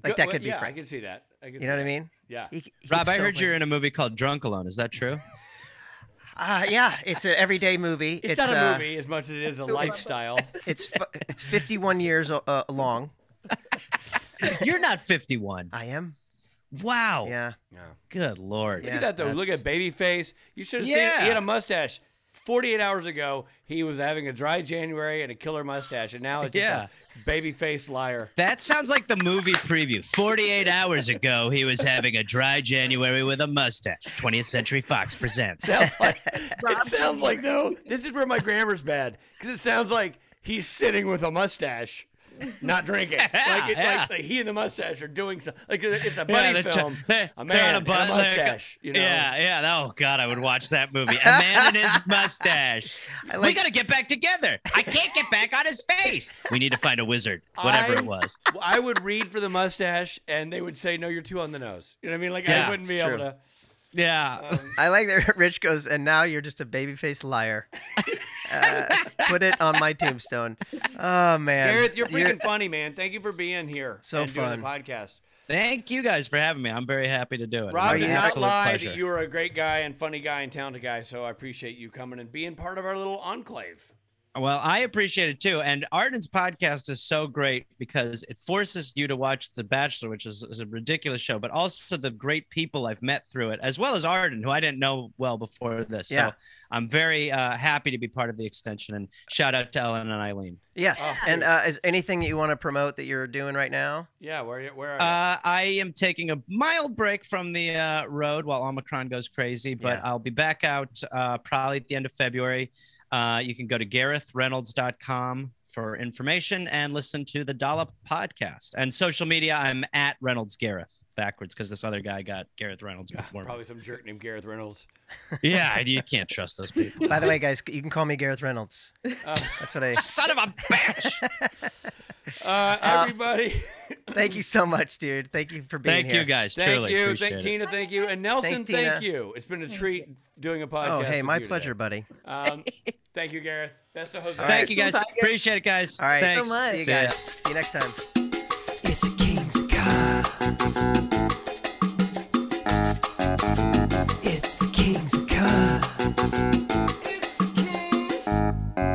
[SPEAKER 1] Like
[SPEAKER 2] Go-
[SPEAKER 1] that
[SPEAKER 2] well,
[SPEAKER 1] could be
[SPEAKER 2] yeah, I
[SPEAKER 1] Frank.
[SPEAKER 2] can see that. I can
[SPEAKER 1] You
[SPEAKER 2] see
[SPEAKER 1] know what I
[SPEAKER 2] that.
[SPEAKER 1] mean?
[SPEAKER 2] Yeah.
[SPEAKER 1] He- he
[SPEAKER 4] Rob,
[SPEAKER 1] looks
[SPEAKER 4] I
[SPEAKER 1] so
[SPEAKER 4] heard
[SPEAKER 1] like-
[SPEAKER 4] you're in a movie called Drunk Alone. Is that true?
[SPEAKER 1] Uh, yeah, it's an everyday movie.
[SPEAKER 2] It's, not a
[SPEAKER 1] uh,
[SPEAKER 2] movie as much as it is a lifestyle.
[SPEAKER 1] It's fu- it's 51 years uh, long.
[SPEAKER 4] You're not 51.
[SPEAKER 1] I am.
[SPEAKER 4] Wow.
[SPEAKER 1] Yeah.
[SPEAKER 2] yeah.
[SPEAKER 4] Good lord.
[SPEAKER 2] Look
[SPEAKER 1] Yeah,
[SPEAKER 2] at that though. Look
[SPEAKER 1] that's-
[SPEAKER 2] at Babyface. You should have seen. It.
[SPEAKER 4] Yeah.
[SPEAKER 2] He had a mustache. Forty-eight hours ago, he was having a dry January and a killer mustache, and now it's just
[SPEAKER 4] Yeah.
[SPEAKER 2] a babyface liar.
[SPEAKER 4] That sounds like the movie preview. 48 hours ago, he was having a dry January with a mustache. 20th Century Fox presents.
[SPEAKER 2] Sounds like, it sounds like though. This is where my grammar's bad because it sounds like he's sitting with a mustache, not drinking. like, it,
[SPEAKER 4] yeah.
[SPEAKER 2] like, like he and the mustache are doing something. Like it's a
[SPEAKER 4] Yeah,
[SPEAKER 2] buddy
[SPEAKER 4] they're t-
[SPEAKER 2] film.
[SPEAKER 4] they're-
[SPEAKER 2] a
[SPEAKER 4] they're
[SPEAKER 2] man
[SPEAKER 4] on a
[SPEAKER 2] and
[SPEAKER 4] bus-
[SPEAKER 2] a
[SPEAKER 4] they're-
[SPEAKER 2] mustache. You know.
[SPEAKER 4] Yeah, yeah. Oh God, I would watch that movie. A man and his mustache. we
[SPEAKER 1] like-
[SPEAKER 4] got to get back together. I can't get back on his face. We need to find a wizard. Whatever
[SPEAKER 2] I-
[SPEAKER 4] it was.
[SPEAKER 2] Well, I would read for the mustache, and they would say, "No, you're too on the nose." You know what I mean? Like I
[SPEAKER 4] Yeah,
[SPEAKER 1] it's
[SPEAKER 2] wouldn't be able
[SPEAKER 1] true.
[SPEAKER 2] to.
[SPEAKER 4] Yeah.
[SPEAKER 2] Uh, Um,
[SPEAKER 1] I like that Rich goes, and now you're just a babyface liar. Uh, put it on my tombstone. Oh man,
[SPEAKER 2] Gareth, you're freaking
[SPEAKER 1] You're-
[SPEAKER 2] funny, man. Thank you for being here.
[SPEAKER 1] So
[SPEAKER 2] and doing
[SPEAKER 1] fun.
[SPEAKER 2] the podcast.
[SPEAKER 4] Thank you guys for having me. I'm very happy to do it.
[SPEAKER 2] Rob
[SPEAKER 4] It was
[SPEAKER 2] did
[SPEAKER 4] an
[SPEAKER 2] not
[SPEAKER 4] absolute
[SPEAKER 2] lie
[SPEAKER 4] pleasure.
[SPEAKER 2] that you are a great guy and funny guy and talented guy, so I appreciate you coming and being part of our little enclave.
[SPEAKER 4] Well, I appreciate it too. And Arden's podcast is so great because it forces you to watch The Bachelor, which is, is a ridiculous show, but also the great people I've met through it, as well as Arden, who I didn't know well before this.
[SPEAKER 1] Yeah.
[SPEAKER 4] So I'm very uh, happy to be part of the extension. And shout out to Ellen and Eileen.
[SPEAKER 1] Yes.
[SPEAKER 2] Oh,
[SPEAKER 1] and
[SPEAKER 2] great.
[SPEAKER 1] uh, is anything that you want to promote that you're doing right now?
[SPEAKER 2] Yeah, where where are you?
[SPEAKER 4] Uh, I am taking a mild break from the uh, road while Omicron goes crazy, but
[SPEAKER 1] Yeah.
[SPEAKER 4] I'll be back out uh, probably at the end of February. Uh, you can go to GarethReynolds.com for information and listen to the Dollop podcast. And social media, I'm at Reynolds Gareth backwards because this other guy got Gareth Reynolds
[SPEAKER 1] Uh,
[SPEAKER 4] before. me.
[SPEAKER 2] Probably some jerk named Gareth Reynolds.
[SPEAKER 4] yeah, you can't trust those people.
[SPEAKER 1] By the way, guys, you can call me Gareth Reynolds.
[SPEAKER 2] Uh,
[SPEAKER 1] That's what I.
[SPEAKER 4] Son of a bitch.
[SPEAKER 2] uh, everybody,
[SPEAKER 1] Thank you so much, dude. Thank you for being
[SPEAKER 4] Thank
[SPEAKER 1] here.
[SPEAKER 4] you guys.
[SPEAKER 2] thank
[SPEAKER 4] Truly
[SPEAKER 2] you,
[SPEAKER 4] appreciate
[SPEAKER 2] thank
[SPEAKER 4] it.
[SPEAKER 2] Tina, thank you, and Nelson,
[SPEAKER 1] Thanks, Tina.
[SPEAKER 2] thank you. It's been a
[SPEAKER 3] Thank
[SPEAKER 2] treat doing a podcast.
[SPEAKER 1] Oh, hey,
[SPEAKER 2] with
[SPEAKER 1] my
[SPEAKER 2] you today.
[SPEAKER 1] pleasure, buddy.
[SPEAKER 2] Um, thank you, Gareth. Best of Jose.
[SPEAKER 1] All
[SPEAKER 4] Thank you guys.
[SPEAKER 3] Thank you.
[SPEAKER 4] Appreciate it, guys.
[SPEAKER 1] All right.
[SPEAKER 4] Thanks.
[SPEAKER 3] So much.
[SPEAKER 1] See you
[SPEAKER 4] ya.
[SPEAKER 1] guys. See you next time.
[SPEAKER 5] It's a king's car. It's a king's car. It's a king's